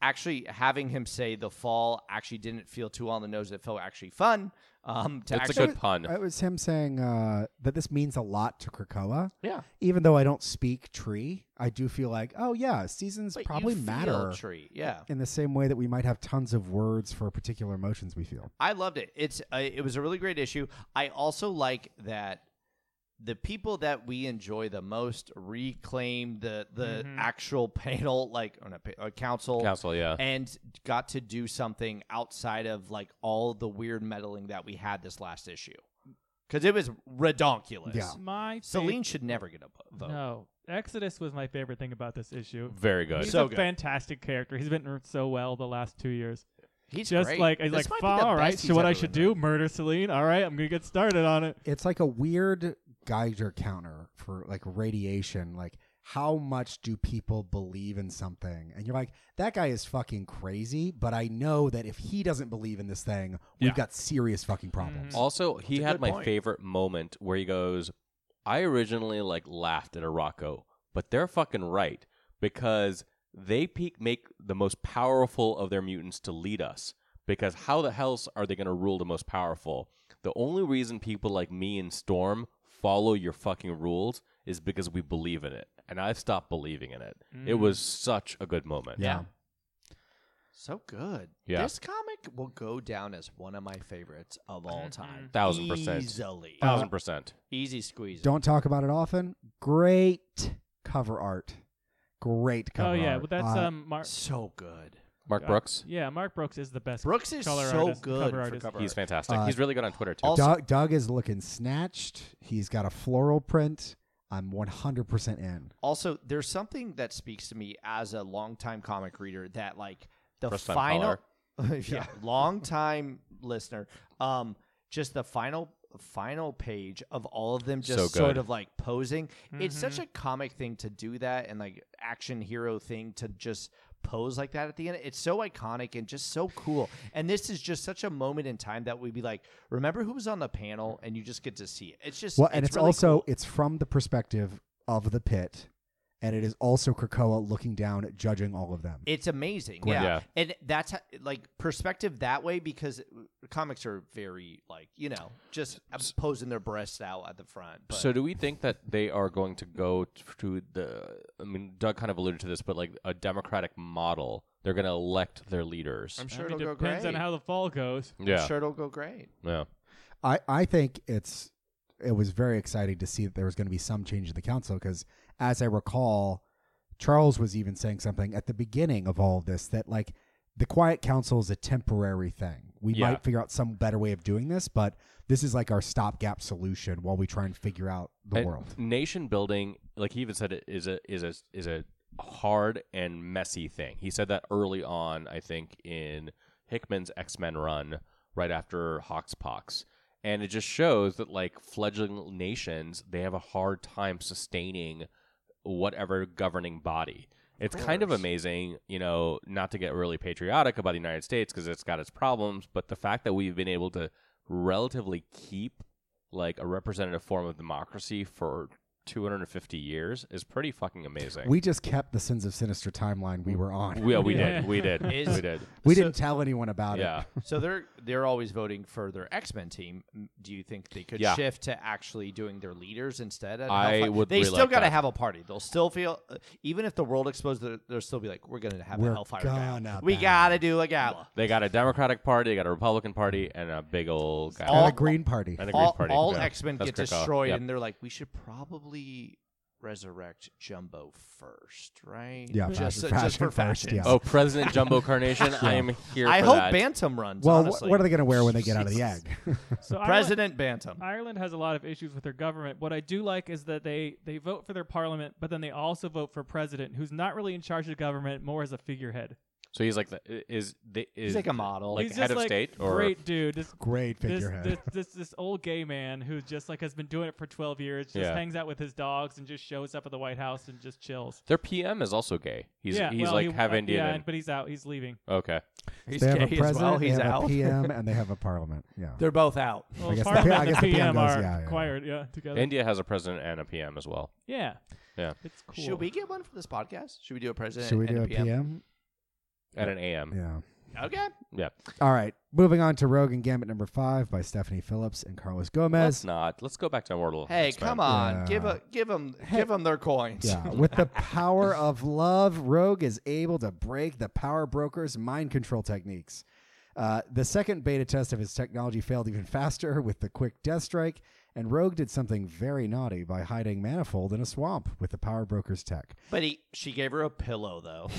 A: Actually, having him say the fall actually didn't feel too on the nose. It felt actually fun. Um, to
C: That's a
A: actually,
C: good pun.
B: It was him saying uh, that this means a lot to Krakoa.
C: Yeah.
B: Even though I don't speak tree, I do feel like, oh yeah, seasons
A: but you
B: probably
A: feel
B: matter
A: Tree. Yeah,
B: in the same way that we might have tons of words for particular emotions we feel.
A: I loved it. It's uh, it was a really great issue. I also like that the people that we enjoy the most reclaimed the the
D: Mm-hmm.
A: actual panel, like or not, pa- uh, council,
C: Council, yeah.
A: and got to do something outside of like all the weird meddling that we had this last issue because it was redonkulous.
B: Yeah.
D: My
A: Celine should never get a vo- vote.
D: No, Exodus was my favorite thing about this issue.
C: Very good.
D: He's
A: So
D: a
A: good.
D: fantastic character. He's been written so well the last two years.
A: He's
D: Just
A: great.
D: like he's
A: This
D: like,
A: might be the
D: "Fuck, all right,
A: best
D: so
A: he's
D: what I
A: ever
D: should
A: written.
D: do? Murder Celine. All right, I'm gonna get started on it.
B: It's like a weird Geiger counter for like radiation, like how much do people believe in something? And you're like, that guy is fucking crazy, but I know that if he doesn't believe in this thing, we've got serious fucking problems.
C: Also, he
A: Mm. a
C: had
A: good
C: my
A: point.
C: favorite moment where he goes, I originally like laughed at Araco, but they're fucking right because they peak make the most powerful of their mutants to lead us. Because how the hells are they going to rule the most powerful? The only reason people like me and Storm follow your fucking rules is because we believe in it. And I've stopped believing in it.
A: Mm.
C: It was such a good moment.
B: Yeah.
A: Um, So good.
C: Yeah.
A: This comic will go down as one of my favorites of all
D: Mm-hmm.
A: time.
C: Thousand percent.
A: Easily.
D: Oh.
C: Thousand percent.
A: Easy squeeze.
B: Don't talk about it often. Great cover art. Great cover
D: oh yeah,
B: art.
D: but that's
B: Uh,
D: um Mark.
A: So good.
C: Mark Brooks,
D: Yeah, Mark Brooks is the best.
A: Brooks is
D: color
A: so
D: artist,
A: good
D: cover
A: for
D: artist.
A: cover
C: he's fantastic.
B: Uh,
C: He's really good on Twitter too.
A: also-
B: Doug, Doug is looking snatched. He's got a floral print. I'm 100% in.
A: Also, there's something that speaks to me as a longtime comic reader that like the
C: First-time
A: final yeah, longtime listener. Um just the final final page of all of them just
C: So
A: sort
C: good.
A: of like posing. It's such a comic thing to do that and like action hero thing to just pose like that at the end. It's so iconic and just so cool. And this is just such a moment in time that we'd be like, remember who was on the panel and you just get to see it. It's just
B: Well, and it's,
A: really
B: also
A: cool.
B: it's from the perspective of the pit, and it is also Krakoa looking down, judging all of them.
A: It's amazing.
C: Great.
A: Yeah.
C: Yeah.
A: And that's ho- like perspective that way because comics are very like, you know, just uh, posing their breasts out at the front. But
C: So do we think that they are going to go t- to the? I mean, Doug kind of alluded to this, but like a democratic model, they're going to elect their leaders.
A: I'm
D: I
A: sure
D: mean,
A: it'll go great.
D: depends on how the fall goes.
C: yeah,
A: I'm sure it'll go great.
C: yeah,
B: I, I think it's it was very exciting to see that there was going to be some change in the council because, as I recall, Charles was even saying something at the beginning of all of this that like the quiet council is a temporary thing. We
C: Yeah.
B: might figure out some better way of doing this, but this is like our stopgap solution while we try and figure out the
C: And
B: world.
C: Nation building, like he even said, it is a is a is a hard and messy thing. He said that early on, I think, in Hickman's X Men run, right after Hawkspox, and it just shows that like fledgling nations, they have a hard time sustaining whatever governing body. It's kind of amazing, you know, not to get really patriotic about the United States because it's got its problems, but the fact that we've been able to relatively keep like a representative form of democracy for 250 years is pretty fucking amazing.
B: We just kept the Sins of Sinister timeline we were on.
C: yeah, we
D: Yeah.
C: did, we did,
A: Is-
C: we did.
B: We didn't tell anyone about it.
C: Yeah,
A: So they're they're always voting for their X Men team. M- Do you think they could
C: Yeah.
A: shift to actually doing their leaders instead? And how
C: I
A: fun-
C: would
A: They
C: really
A: still
C: like
A: got to
C: that.
A: have a party. They'll still feel uh, even if the world explodes, they'll, they'll still be like, "We're gonna have
B: We're
A: a Hellfire
B: gonna
A: gala. We
B: battle."
A: gotta do a gala."
C: they got a Democratic Party, they got a Republican Party, and a big old guy.
B: And
A: All-
B: a green party.
C: and a Green
A: All,
C: Party.
A: all
C: Yeah,
A: X Men
C: that's
A: get
C: a good call.
A: destroyed,
C: Yeah.
A: and they're like, "We should probably." Resurrect Jumbo first, right?
B: Yeah,
A: just,
B: fashion-
A: just for
B: fashion first,
A: fashion.
B: yeah.
C: Oh, President Jumbo Carnation, I am here.
A: I
C: for
A: hope
C: that.
A: Bantam runs.
B: Well, wh-
A: honestly.
B: what are they going to wear when they get out of the
A: Jesus.
B: egg?
D: So Ireland-
A: President Bantam.
D: Ireland has a lot of issues with their government. What I do like is that they they vote for their parliament, but then they also vote for a president who's not really in charge of the government, more as a figurehead.
C: So he's like, the, is the, is
A: like a model.
C: like
D: He's
C: head
D: just
C: of
D: like,
C: state or
D: great dude. This,
B: Great
D: this,
B: figurehead.
D: this, this this old gay man who just like has been doing it for twelve years, just
C: Yeah.
D: hangs out with his dogs and just shows up at the White House and just chills.
C: their PM is also gay. He's
D: yeah,
C: he's
D: well,
C: like
D: he-
C: half
D: uh,
C: Indian.
D: Yeah,
C: and-
D: but he's out. He's leaving.
C: okay,
A: He's
B: they have a
A: gay as
B: president,
A: well. He's
B: they have a
A: out.
B: PM, and they have a parliament. Yeah.
A: They're both out.
D: Well,
B: guess the
D: parliament
B: P- I
D: and
B: guess the
D: PM
B: PM goes,
D: are
B: yeah, yeah.
D: acquired, yeah, together.
C: India has a president and a PM as well.
D: yeah,
C: Yeah.
D: it's cool.
A: Should we get one for this podcast? Should we do a president?
B: Should we
A: and
B: do a PM?
C: At an AM.
B: Yeah.
A: Okay.
C: Yeah.
B: All right. Moving on to Rogue and Gambit number five by Stephanie Phillips and Carlos
C: Let's
B: Gomez.
C: not. Let's go back to Immortal.
A: Hey,
C: X-Men.
A: come on.
B: Yeah.
A: Give a give them give them their coins.
B: Yeah. With the power of love, Rogue is able to break the power broker's mind control techniques. Uh, the second beta test of his technology failed even faster with the quick death strike, and Rogue did something very naughty by hiding Manifold in a swamp with the power broker's tech.
A: But he, she gave her a pillow though.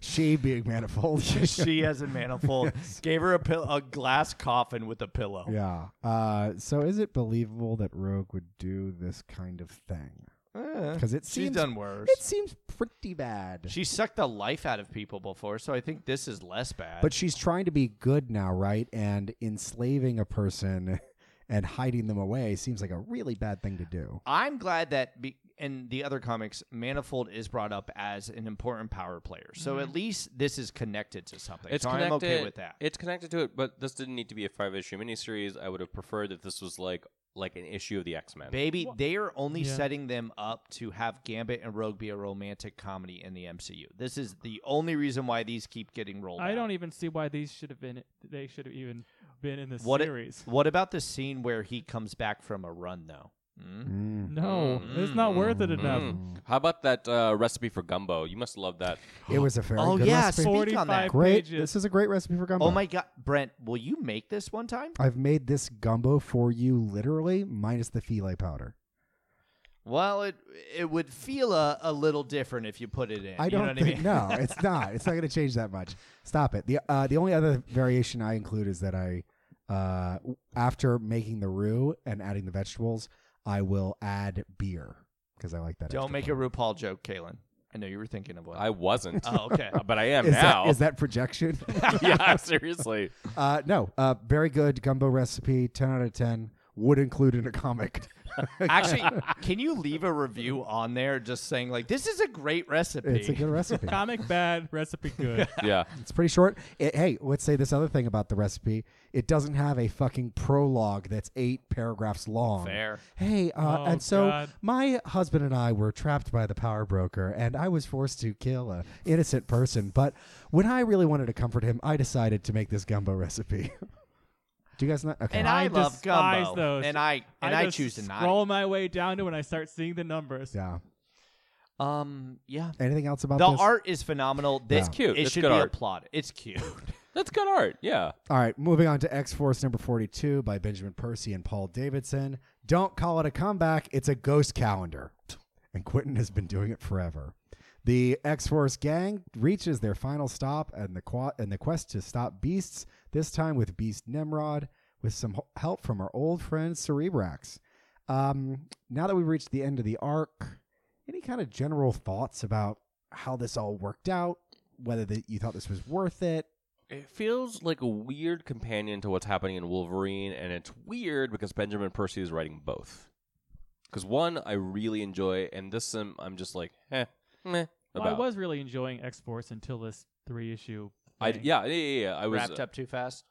B: she being Manifold.
A: she has a manifold. Gave her a pill a glass coffin with a pillow.
B: yeah. Uh, so is it believable that Rogue would do this kind of thing?
A: Eh,
B: Because it
A: she's
B: seems
A: done worse.
B: it seems pretty bad.
A: She sucked the life out of people before, so I think this is less bad.
B: But she's trying to be good now, right? And enslaving a person and hiding them away seems like a really bad thing to do.
A: I'm glad that be- in the other comics, Manifold is brought up as an important power player. So
D: Mm.
A: at least this is connected to something.
C: It's
A: so
C: connected.
A: I'm okay with that.
C: It's connected to it, but this didn't need to be a five issue miniseries. I would have preferred that this was like like an issue of the X Men.
A: Baby, they are only
D: Yeah.
A: setting them up to have Gambit and Rogue be a romantic comedy in the MCU. This is the only reason why these keep getting rolled.
D: I
A: out.
D: don't even see why these should have been. They should have even been in this
A: What it-
D: series.
A: What about the scene where he comes back from a run though? Hmm?
B: Mm.
D: No,
A: Mm-hmm.
D: it's not worth it enough.
C: Mm. How about that uh, recipe for gumbo? You must love that.
B: It was a very
A: Oh,
B: good
A: yeah,
B: recipe.
A: speak on
D: Forty-five
A: that.
B: Great.
D: pages.
B: This is a great recipe for gumbo.
A: Oh my god, Brent, will you make this one time?
B: I've made this gumbo for you literally minus the filet powder.
A: Well, it it would feel a, a little different if you put it in.
B: I
A: you
B: don't
A: know what
B: think
A: I mean?
B: no, it's not. It's not going to change that much. Stop it. The uh, the only other variation I include is that I uh, after making the roux and adding the vegetables, I will add beer because I like that.
A: Don't
B: extra
A: make a
B: flavor.
A: RuPaul joke, Kaylin. I know you were thinking of one.
C: I wasn't,
A: oh, okay.
C: but I am
B: Is
C: now.
B: that, is that projection?
C: yeah, seriously.
B: uh, no, uh, very good gumbo recipe. Ten out of ten. Would include in a comic.
A: Actually, can you leave a review on there just saying like this is a great recipe?
B: It's a good recipe.
D: Comic bad, recipe good.
C: Yeah.
B: It's pretty short. It, hey, let's say this other thing about the recipe. It doesn't have a fucking prologue that's eight paragraphs long.
A: Fair.
B: Hey, uh,
D: Oh,
B: and so
D: God.
B: my husband and I were trapped by the power broker, and I was forced to kill a innocent person. But when I really wanted to comfort him, I decided to make this gumbo recipe. Do you guys not? Okay.
A: And
D: I
A: I, love
D: despise
A: gumbo.
D: those.
A: And I and I,
D: just
A: choose to not.
D: scroll my way down to when I start seeing the numbers.
B: yeah.
A: Um, yeah.
B: Anything else about
A: The
B: this?
A: art is phenomenal. This
B: It's
C: cute.
A: It
C: It's
A: should
C: good
A: be
C: art.
A: applauded. It's cute.
C: That's good art. Yeah.
B: All right, moving on to X Force number 42 by Benjamin Percy and Paul Davidson. Don't call it a comeback, it's a ghost calendar. And Quentin has been doing it forever. The X Force gang reaches their final stop and the, qua- and the quest to stop beasts, this time with Beast Nemrod, with some h- help from our old friend Cerebrax. Um, now that we've reached the end of the arc, any kind of general thoughts about how this all worked out? Whether that you thought this was worth it?
C: It feels like a weird companion to what's happening in Wolverine, and it's weird because Benjamin Percy is writing both. Because one I really enjoy, and this um, I'm just like, eh, meh.
D: Well,
C: about.
D: I was really enjoying X Force until this three issue.
C: I,
D: thing.
C: yeah, yeah, yeah, yeah. I was. uh,
A: Wrapped up too fast.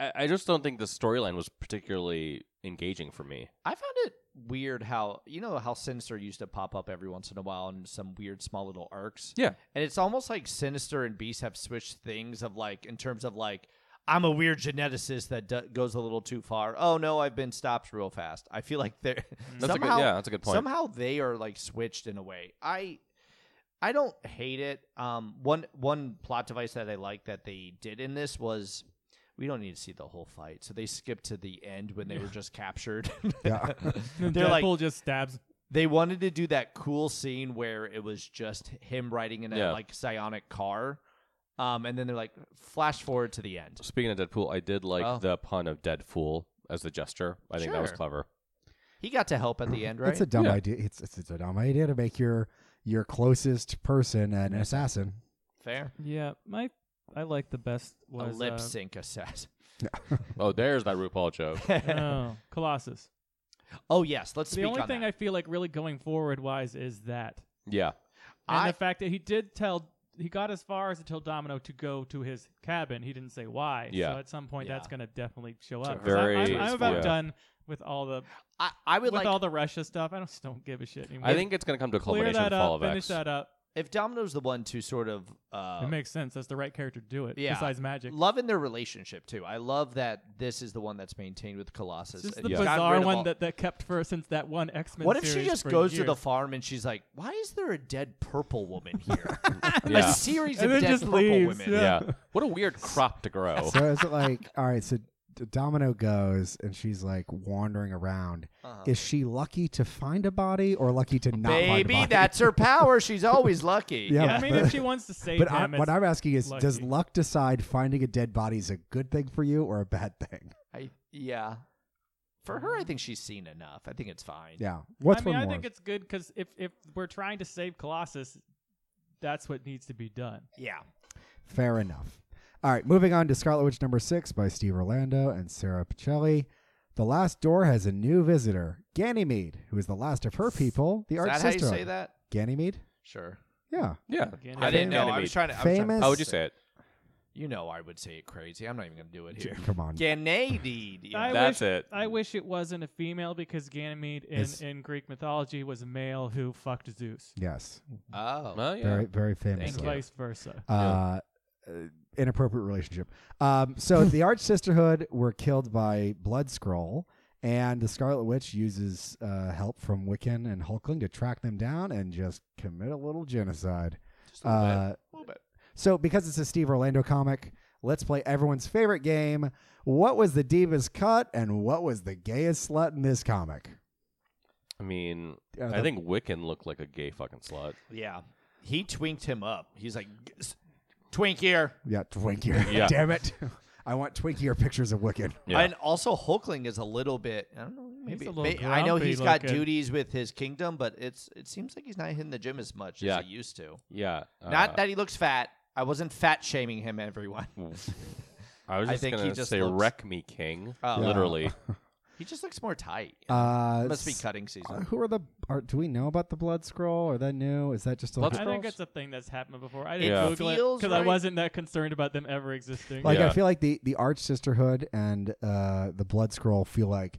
C: I, I just don't think the storyline was particularly engaging for me.
A: I found it weird how you know how Sinister used to pop up every once in a while in some weird small little arcs.
C: Yeah.
A: and it's almost like Sinister and Beast have switched things of like in terms of like. I'm a weird geneticist that do- goes a little too far. Oh no, I've been stopped real fast. I feel like they're
C: That's a good-
A: Mm. somehow
C: yeah, that's a good point.
A: Somehow they are like switched in a way. I I don't hate it. Um, one one plot device that I like that they did in this was we don't need to see the whole fight, so they skipped to the end when they were just captured.
B: Yeah.
D: And
A: They're like-
D: Deadpool just stabs.
A: they wanted to do that cool scene where it was just him riding in a
C: Yeah.
A: like psionic car, um, and then they're like flash forward to the end.
C: Speaking of Deadpool, I did like
A: Oh.
C: the pun of dead fool as the gesture. I think that was
A: Sure.
C: clever.
A: He got to help at the end, right?
B: It's a dumb
C: Yeah.
B: idea. It's, it's it's a dumb idea to make your your closest person an assassin.
A: Fair.
D: Yeah, my I like the best was
A: a lip
D: uh,
A: sync assassin.
C: Oh, there's that RuPaul joke.
D: oh, Colossus.
A: oh yes, let's
D: the
A: speak
D: only
A: on
D: thing
A: that.
D: I feel like really going forward wise is that,
C: yeah,
A: I-
D: and the fact that he did tell he got as far as to tell Domino to go to his cabin. He didn't say why.
C: Yeah.
D: So at some point,
A: Yeah.
D: that's going to definitely show
C: It's a
D: up. 'Cause I'm- I'm,
C: very-
D: I'm about
C: yeah.
D: done with all the
A: I, I would
D: with
A: like
D: all the Russia stuff. I just don't give a shit anymore.
C: I think it's gonna come to a
D: clear
C: culmination.
D: that
C: in Fall
D: up.
C: of X.
D: Finish that up.
A: if Domino's the one to sort of uh,
D: it makes sense. That's the right character to do it.
A: Yeah.
D: Besides magic.
A: loving their relationship too. I love that this is the one that's maintained with Colossus.
D: It's just
A: and
D: the
A: he's gotten rid
D: bizarre
A: of
D: one
A: all-
D: that, that kept for since that one X Men.
A: What if she just goes to the farm and she's like, "Why is there a dead purple woman here?
C: Yeah.
A: A series
D: And
A: of
D: then
A: dead
D: just
A: purple
D: leaves,
A: women."
C: yeah. What a weird crop to grow.
B: So is it like all right? So D- Domino goes and she's like wandering around.
A: Uh-huh.
B: Is she lucky to find a body or lucky to not find a
A: Baby,
B: body?
A: that's her power. She's always lucky.
B: Yeah.
D: I mean, if she wants to save
B: But I,
D: him,
B: what I'm asking is, does
D: lucky.
B: luck decide finding a dead body is a good thing for you or a bad thing?
A: I, yeah. For her, I think she's seen enough. I think it's fine.
B: Yeah. What's
D: I mean,
B: one
D: I
B: more?
D: think it's good because if if we're trying to save Colossus, that's what needs to be done.
A: Yeah.
B: Fair enough. All right, moving on to Scarlet Witch number six by Steve Orlando and Sarah Pacelli. The last door has a new visitor, Ganymede, who is the last of her people, the
A: Is
B: arch
A: that how you
B: sister.
A: say that?
B: Ganymede?
A: Sure.
B: Yeah.
C: Yeah,
D: Again,
A: I didn't know. I
C: Ganymede.
A: was trying to. I was
B: Famous-
A: Trying to
C: How would you say it?
A: You know, I would say it crazy. I'm not even going to do it here.
B: Come on.
A: Ganade.
D: I
C: That's
D: wish,
C: it.
D: I wish it wasn't a female because Ganymede in,
B: It's-
D: in Greek mythology was a male who fucked Zeus,
B: yes.
A: Oh.
C: Well, yeah.
B: Very, very
D: and
B: famous.
A: Thank you.
D: vice versa.
B: Uh, uh, inappropriate relationship. Um, so the Arch Sisterhood were killed by Blood Scroll, and the Scarlet Witch uses uh, help from Wiccan and Hulkling to track them down and just commit a little genocide.
A: Just a little bit.
B: Uh,
A: A little bit.
B: So, because it's a Steve Orlando comic, let's play everyone's favorite game. What was the deepest cut and what was the gayest slut in this comic?
C: I mean,
B: Uh,
C: I
B: the-
C: think Wiccan looked like a gay fucking slut.
A: Yeah. He twinked him up. He's like, "Gs- twink here.
B: Yeah, Twinkier.
C: Yeah.
B: Damn it. I want Twinkier pictures of Wicked.
C: Yeah.
A: And also, Hulkling is a little bit. I don't know. Maybe
D: a little
A: may- I know
D: grumpy
A: he's got
D: looking.
A: duties with his kingdom, but it's it seems like he's not hitting the gym as much
C: Yeah.
A: as he used to.
C: Yeah. uh,
A: not that he looks fat. I wasn't fat shaming him. Everyone.
C: I was
A: I
C: just
A: think he
C: gonna
A: just
C: say
A: looks-
C: wreck me king.
A: Oh.
C: Literally.
A: he just looks more tight.
B: Uh,
A: Must be
B: s-
A: cutting
B: uh,
A: season.
B: who are the? Are, do we know about the Blood Scroll? Are that new? Is that just a
C: Blood
D: I think
C: Scrolls?
D: it's a thing that's happened before. I
C: It
D: didn't Google it
A: feels
D: because I
A: right.
D: wasn't that concerned about them ever existing.
B: like I
C: Yeah.
B: feel like the the Arch Sisterhood and uh, the Blood Scroll feel like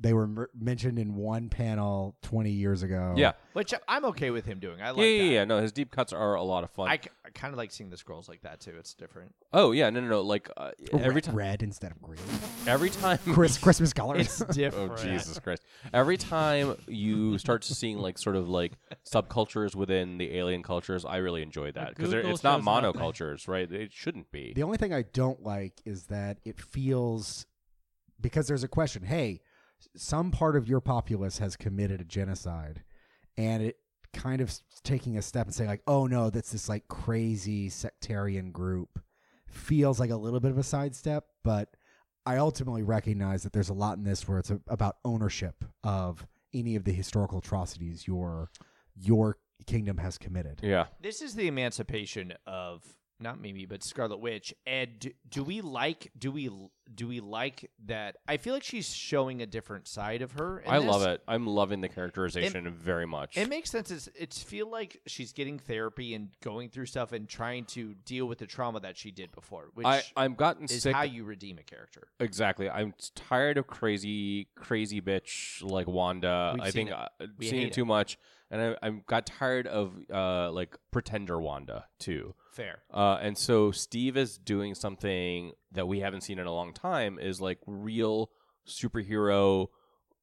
B: they were mer- mentioned in one panel twenty years ago.
C: yeah.
A: Which I'm okay with him doing. I like
C: yeah, yeah,
A: that.
C: yeah. No, his deep cuts are a lot of fun.
A: I, kind of like seeing the scrolls like that too. It's different.
C: oh yeah, no, no, no. Like uh, every
B: red,
C: time,
B: red instead of green.
C: every time
B: Oh, Chris, Christmas colors.
A: It's different.
C: Oh Jesus Christ! Every time you start to seeing like sort of like subcultures within the alien cultures, I really enjoy that because
D: Google
C: it's not
D: shows nothing.
C: monocultures, right? It shouldn't be.
B: The only thing I don't like is that it feels because there's a question, hey, some part of your populace has committed a genocide and it kind of s- taking a step and saying like, "Oh no, that's this like crazy sectarian group." Feels like a little bit of a sidestep, but I ultimately recognize that there's a lot in this where it's a, about ownership of any of the historical atrocities your your kingdom has committed.
C: yeah,
A: This is the emancipation of not Mimi, but Scarlet Witch. And do, do we like? Do we l- do we like that? I feel like she's showing a different side of her. in
C: I love
A: this.
C: it. I'm loving the characterization very much.
A: It makes sense. It's, it's feel like she's getting therapy and going through stuff and trying to deal with the trauma that she did before, which
C: I, I'm gotten
A: is
C: sick
A: how you redeem a character.
C: Exactly. I'm t- tired of crazy, crazy bitch like Wanda.
A: We've
C: I
A: seen
C: think
A: it.
C: I- I've
A: We
C: seen
A: hate
C: it too
A: it.
C: much, and I, I got tired of uh, like pretender Wanda too.
A: Fair.
C: Uh, and so Steve is doing something that we haven't seen in a long time is like real superhero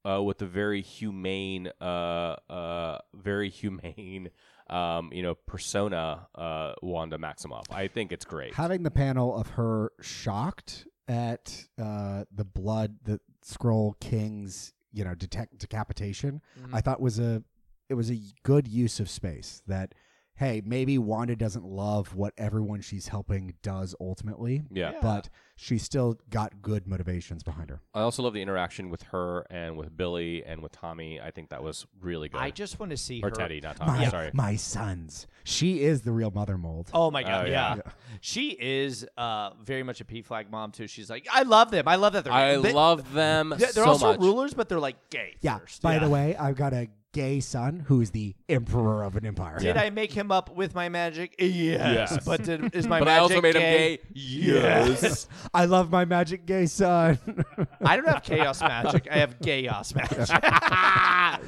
C: uh, with a very humane, uh, uh, very humane, um, you know, persona, uh, Wanda Maximoff. I think it's great.
B: Having the panel of her shocked at uh, the blood, the Scroll King's, you know, detect decapitation,
A: Mhm.
B: I thought was a it was a good use of space. That hey, maybe Wanda doesn't love what everyone she's helping does ultimately,
C: yeah.
B: but she still got good motivations behind her.
C: I also love the interaction with her and with Billy and with Tommy. I think that was really good.
A: I just want to see
C: or
A: her.
C: Teddy, not Tommy.
B: My,
C: Sorry.
B: my sons. She is the real mother mold.
A: Oh my
C: Oh,
A: god,
C: yeah.
A: yeah. She is uh, very much a P flag mom too. She's like, I love them. I love that they're.
C: I
A: they-
C: love them
A: They're,
C: Uh, so
A: they're also
C: much.
A: rulers, but they're like gay.
B: Yeah.
A: First.
B: By
A: Yeah.
B: the way, I've got a gay son who is the emperor of an empire.
A: Did I make him up with my magic? Yes.
C: Yes.
A: But did, is my
C: but
A: magic
C: I also made
A: gay?
C: him gay. Yes.
B: I love my magic gay son. Uh,
A: I don't have chaos magic. I have chaos magic.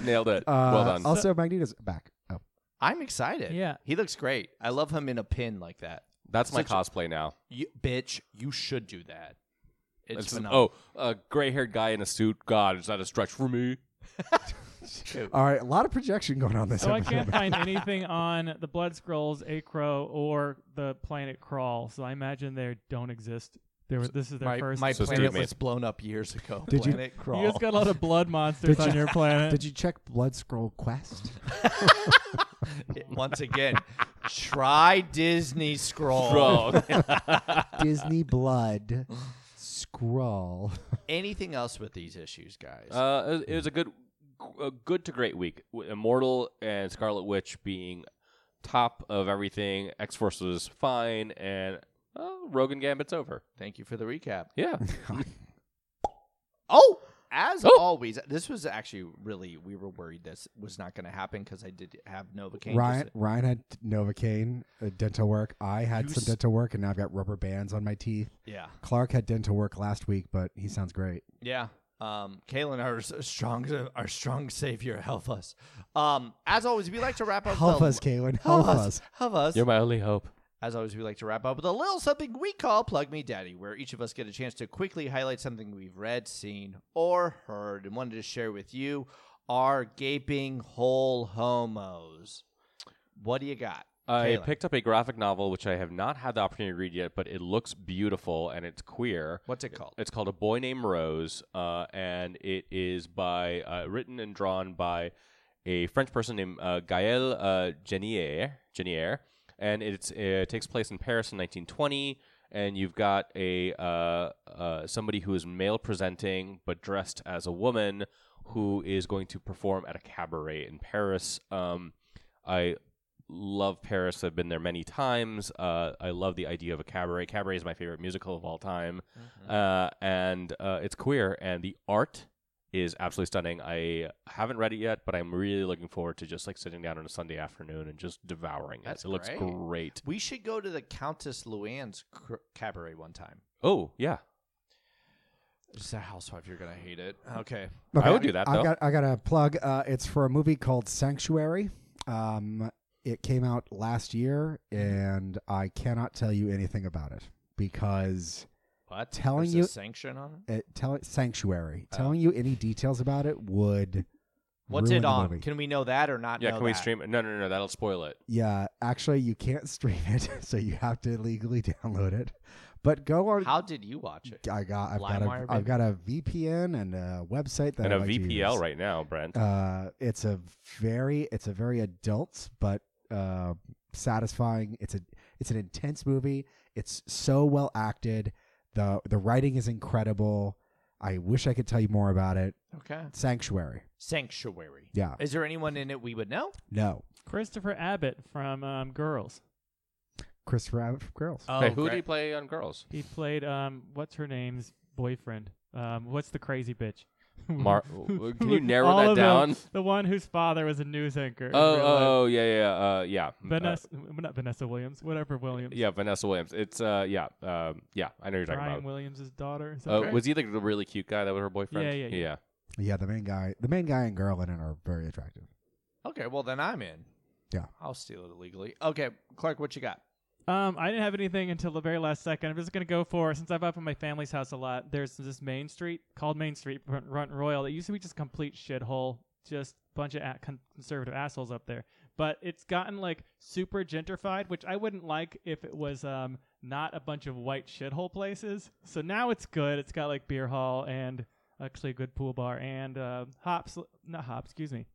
C: Nailed it.
B: Uh,
C: well done.
B: Also, Magneto's back. Oh.
A: I'm excited.
D: Yeah.
A: He looks great. I love him in a pin like that.
C: That's my
A: such a-
C: cosplay now.
A: You, bitch, you should do that. It's,
C: It's-
A: phenomenal.
C: oh, a gray-haired guy in a suit. God, is that a stretch for me?
B: All right, a lot of projection going on this
D: So I
B: episode.
D: can't find anything on the Blood Scrolls, Acro, or the planet Crawl. So I imagine they don't exist. They were, this is their
A: my
D: first.
A: my
C: So it's
A: planet
C: too
A: was blown up years ago.
B: Did you-
A: planet crawl.
D: you just got a lot of blood monsters
B: Did
D: on
B: you-
D: your planet.
B: Did you check Blood Scroll Quest?
A: Once again, try Disney Scroll.
C: Bro.
B: Disney Blood Scroll.
A: Anything else with these issues, guys?
C: Uh, it was- it was a good, a good to great week. W- Immortal and Scarlet Witch being top of everything. X Force was fine, and uh, Rogan Gambit's over.
A: Thank you for the recap.
C: Yeah,
A: Oh, as
C: Oh.
A: always, this was actually really we were worried this was not going to happen because I did have Novocaine.
B: Ryan Ryan had Novocaine, uh, dental work. I had
A: You
B: some
A: s-
B: dental work, and now I've got rubber bands on my teeth.
A: yeah,
B: Clark had dental work last week, but he sounds great.
A: yeah. Um, Kaylin, our s- strong, our strong savior, help us. Um, as always, we like to wrap up.
B: Help
A: the-
B: us, Caitlin.
A: Help,
B: Help us.
A: Help us.
C: my only hope.
A: As always, we like to wrap up with a little something we call Plug Me Daddy, where each of us get a chance to quickly highlight something we've read, seen, or heard and wanted to share with you our gaping hole homos. What do you got?
C: I
A: Kaylin?
C: picked up a graphic novel which I have not had the opportunity to read yet, but it looks beautiful and it's queer.
A: What's it called?
C: It's called A Boy Named Rose, uh, and it is by uh, written and drawn by a French person named uh, Gaël uh, Genier, Genier, and it's, it takes place in Paris in 1920. And you've got a uh, uh, somebody who is male presenting but dressed as a woman who is going to perform at a cabaret in Paris. Um, I love Paris. I've been there many times. Uh, I love the idea of a cabaret. Cabaret is my favorite musical of all time,
A: Mm-hmm.
C: uh, and uh, it's queer. And the art is absolutely stunning. I haven't read it yet, but I'm really looking forward to just like sitting down on a Sunday afternoon and just devouring
A: That's
C: it. It
A: great.
C: looks great.
A: We should go to the Countess Luann's cr- cabaret one time.
C: Oh yeah,
A: It's a housewife. You're gonna hate it. Okay.
C: I would do that,
B: I
C: though.
B: got I got a plug. Uh, it's for a movie called Sanctuary. Um, it came out last year, and I cannot tell you anything about it because
A: What?
B: Telling
A: There's
B: you-
A: a sanction on it.
B: it, tell Sanctuary
C: Oh.
B: telling you any details about it would.
A: What's
B: ruin
A: it
B: the
A: on?
B: movie.
A: Can we know that or not?
C: yeah.
A: know
C: Can we
A: that?
C: stream? it? No, no, no, no. That'll spoil it.
B: yeah, actually, you can't stream it, so you have to legally download it. But go on.
A: How did you watch it?
B: I got. I've got. A,
A: LimeWire,
B: have got a VPN and a website that
C: And
B: I
C: a
B: like to
C: VPL
B: use.
C: right now, Brent.
B: Uh, it's a very it's a very adult but uh, satisfying. It's a it's an intense movie. It's so well acted. the The writing is incredible. I wish I could tell you more about it.
A: Okay.
B: Sanctuary.
A: Sanctuary.
B: Yeah.
A: Is there anyone in it we would know?
B: No.
D: Christopher Abbott from um, Girls.
B: Christopher Abbott from Girls.
A: Oh,
C: hey, who
A: great.
C: do you play on Girls?
D: He played um, what's her name's boyfriend. Um, what's the crazy bitch?
C: Mar- w- can you narrow
D: All
C: that
D: of them.
C: down?
D: The one whose father was a news anchor. in
C: Oh,
D: real life.
C: oh, oh, yeah, yeah, uh, yeah. Uh,
D: Vanessa, not Vanessa Williams, whatever Williams.
C: yeah, Vanessa Williams. It's uh, yeah, um, yeah. I know who you're talking
D: Brian
C: about.
D: Williams' daughter. is that
C: Uh,
D: right?
C: was he like the really cute guy that was her boyfriend?
D: Yeah, yeah, yeah.
B: Yeah, the main guy, the main guy and girl in it are very attractive.
A: Okay, well then I'm in.
B: Yeah.
A: I'll steal it illegally. Okay, Clark, what you got?
D: Um, I didn't have anything until the very last second. I'm just gonna go for since I've up in my family's house a lot. There's this main street called Main Street Front Front Royal. It used to be just a complete shithole, just bunch of a- con- conservative assholes up there. But it's gotten like super gentrified, which I wouldn't like if it was um not a bunch of white shithole places. So now it's good. It's got like beer hall and actually a good pool bar and uh, hops, not hops, excuse me.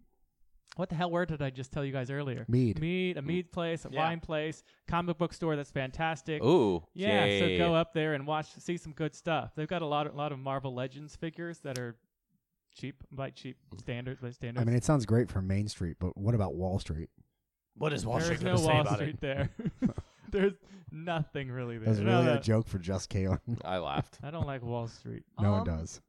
D: What the hell word did I just tell you guys earlier?
B: Mead.
D: mead, a mead place, a
A: Yeah.
D: wine place, comic book store that's fantastic.
C: yeah. Ooh,
D: yeah, so go
C: up.
D: up there and watch, see some good stuff. They've got a lot, a lot of Marvel Legends figures that are cheap, by cheap standards, by standards.
B: I mean, it sounds great for Main Street, but what about Wall Street?
A: What is Wall
D: there's
A: Street
D: no
A: gonna say
D: Wall
A: about
D: Street
A: it?
D: there. there's nothing really there.
B: That's
D: No,
B: really
D: no,
B: a joke for just Kalen.
C: I laughed.
D: I don't like Wall Street.
B: no one
A: Um,
B: does.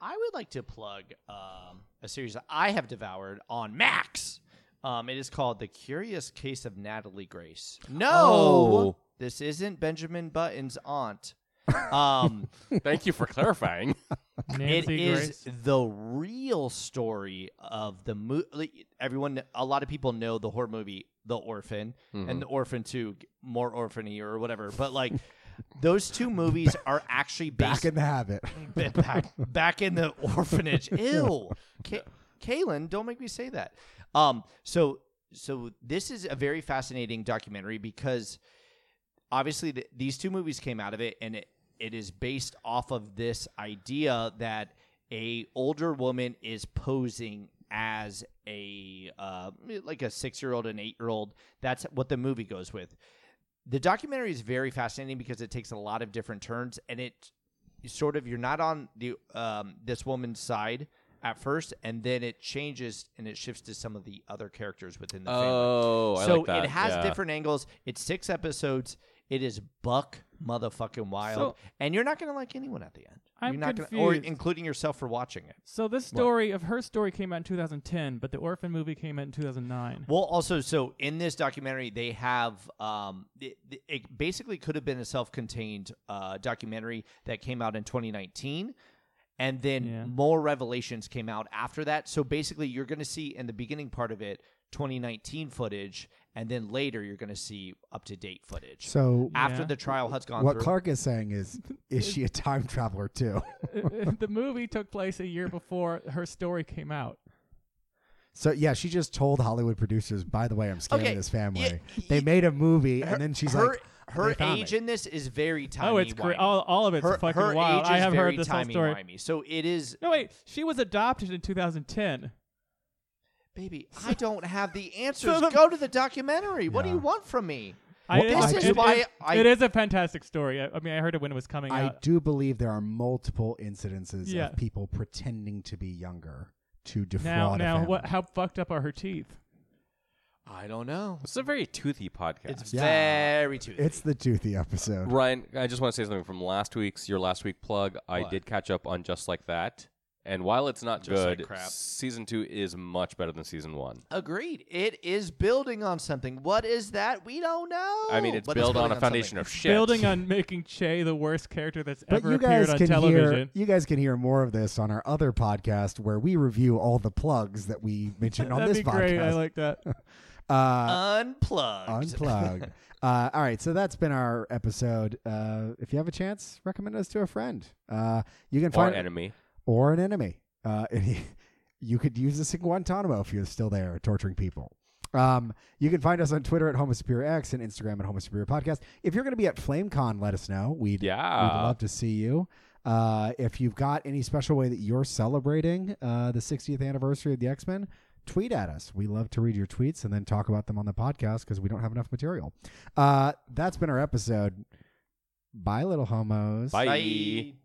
A: I would like to plug um, a series that I have devoured on Max. Um, it is called The Curious Case of Natalie Grace. No,
C: Oh.
A: this isn't Benjamin Button's aunt. Um,
C: Thank you for clarifying.
A: it
D: Nancy
A: is
D: Grace.
A: the real story of the movie. Everyone, a lot of people know the horror movie The Orphan and The Orphan 2, more orphany or whatever. But like, those two movies are actually based
B: Back in the habit.
A: bit back back in the orphanage. Ew, Ka- Kaylin, don't make me say that. Um, so so this is a very fascinating documentary because obviously th these two movies came out of it, and it, it is based off of this idea that a older woman is posing as a uh, like a six year old and eight year old. That's what the movie goes with. The documentary is very fascinating because it takes a lot of different turns, and it sort of you're not on the um, this woman's side at first, and then it changes and it shifts to some of the other characters within the family.
C: Oh, I
A: so
C: like that.
A: it has
C: yeah.
A: different angles. It's six episodes. It is buck motherfucking wild,
D: So-
A: and you're not gonna like anyone at the end.
D: I'm
A: you're not gonna, or
D: confused.
A: including yourself for watching it.
D: So this story of her story came out in 2010, but the orphan movie came out in 2009.
A: Well, also, so in this documentary, they have um, it, it basically could have been a self-contained uh, documentary that came out in 2019, and then
D: Yeah.
A: more revelations came out after that. So basically, you're going to see in the beginning part of it 2019 footage, and then later you're going to see up-to-date footage
B: So,
A: after
D: Yeah.
A: the trial has gone
B: what
A: through.
B: Clark is saying is, is she a time traveler too?
D: the movie took place a year before her story came out.
B: So yeah, she just told Hollywood producers, by the way, I'm scamming
A: Okay,
B: this family.
A: yeah,
B: they
A: y-
B: made a movie,
A: Her-
B: and then she's
A: her,
B: like,
A: her
B: they found
A: age
B: it.
A: in this is very tiny.
D: oh, it's great. All, all of it's
A: her,
D: fucking
A: her
D: wild.
A: age
D: I
A: is
D: have
A: very
D: heard this whole story.
A: timey-wimey. So it is
D: No, wait. She was adopted in 2010.
A: Baby, I don't have the answers.
D: the-
A: Go to the documentary. What do
B: Yeah.
A: you want from me?
D: I,
B: Well,
D: it-
B: this is
D: it-
A: why
D: it-
A: I-
D: it is a fantastic story. I, I mean, I heard it when it was coming
B: I
D: out.
B: do believe there are multiple incidences
D: Yeah.
B: of people pretending to be younger to
D: Now,
B: defraud. a
D: now,
B: family.
D: what? How fucked up are her teeth?
A: I don't know.
C: It's a very toothy podcast.
A: It's
B: Yeah.
A: very too.
B: It's the toothy episode.
C: Ryan, I just want to say something from last week's your last week plug. I
A: What?
C: did catch up on Just Like That, and while it's not
A: Just Like
C: good,
A: Crap.
C: season two is much better than season one.
A: agreed. It is building on something. What is that? We don't know.
C: I mean, it's
A: But
C: built on
A: building
C: a foundation of
A: something.
C: shit.
D: Building on making Che the worst character that's
B: But
D: ever
B: you
D: appeared
B: guys
D: on
B: can
D: television.
B: hear you guys can hear more of this on our other podcast where we review all the plugs that we mentioned on
D: That'd
B: this
D: be great. I
B: podcast.
D: like that.
B: uh,
A: unplugged.
B: unplugged. uh, all right, so that's been our episode. Uh, if you have a chance, recommend us to a friend. Uh, you can
C: or
B: find
C: enemy.
B: or an enemy. Uh, you could use this in Guantanamo if you're still there torturing people. Um, you can find us on Twitter at Homo Superior X and Instagram at Homo Superior Podcast. If you're going to be at FlameCon, let us know. We'd,
C: Yeah.
B: we'd love to see you. Uh, if you've got any special way that you're celebrating uh, the 60th anniversary of the X Men, tweet at us. We love to read your tweets and then talk about them on the podcast because we don't have enough material. Uh, that's been our episode. Bye, little homos.
C: Bye.
A: Bye.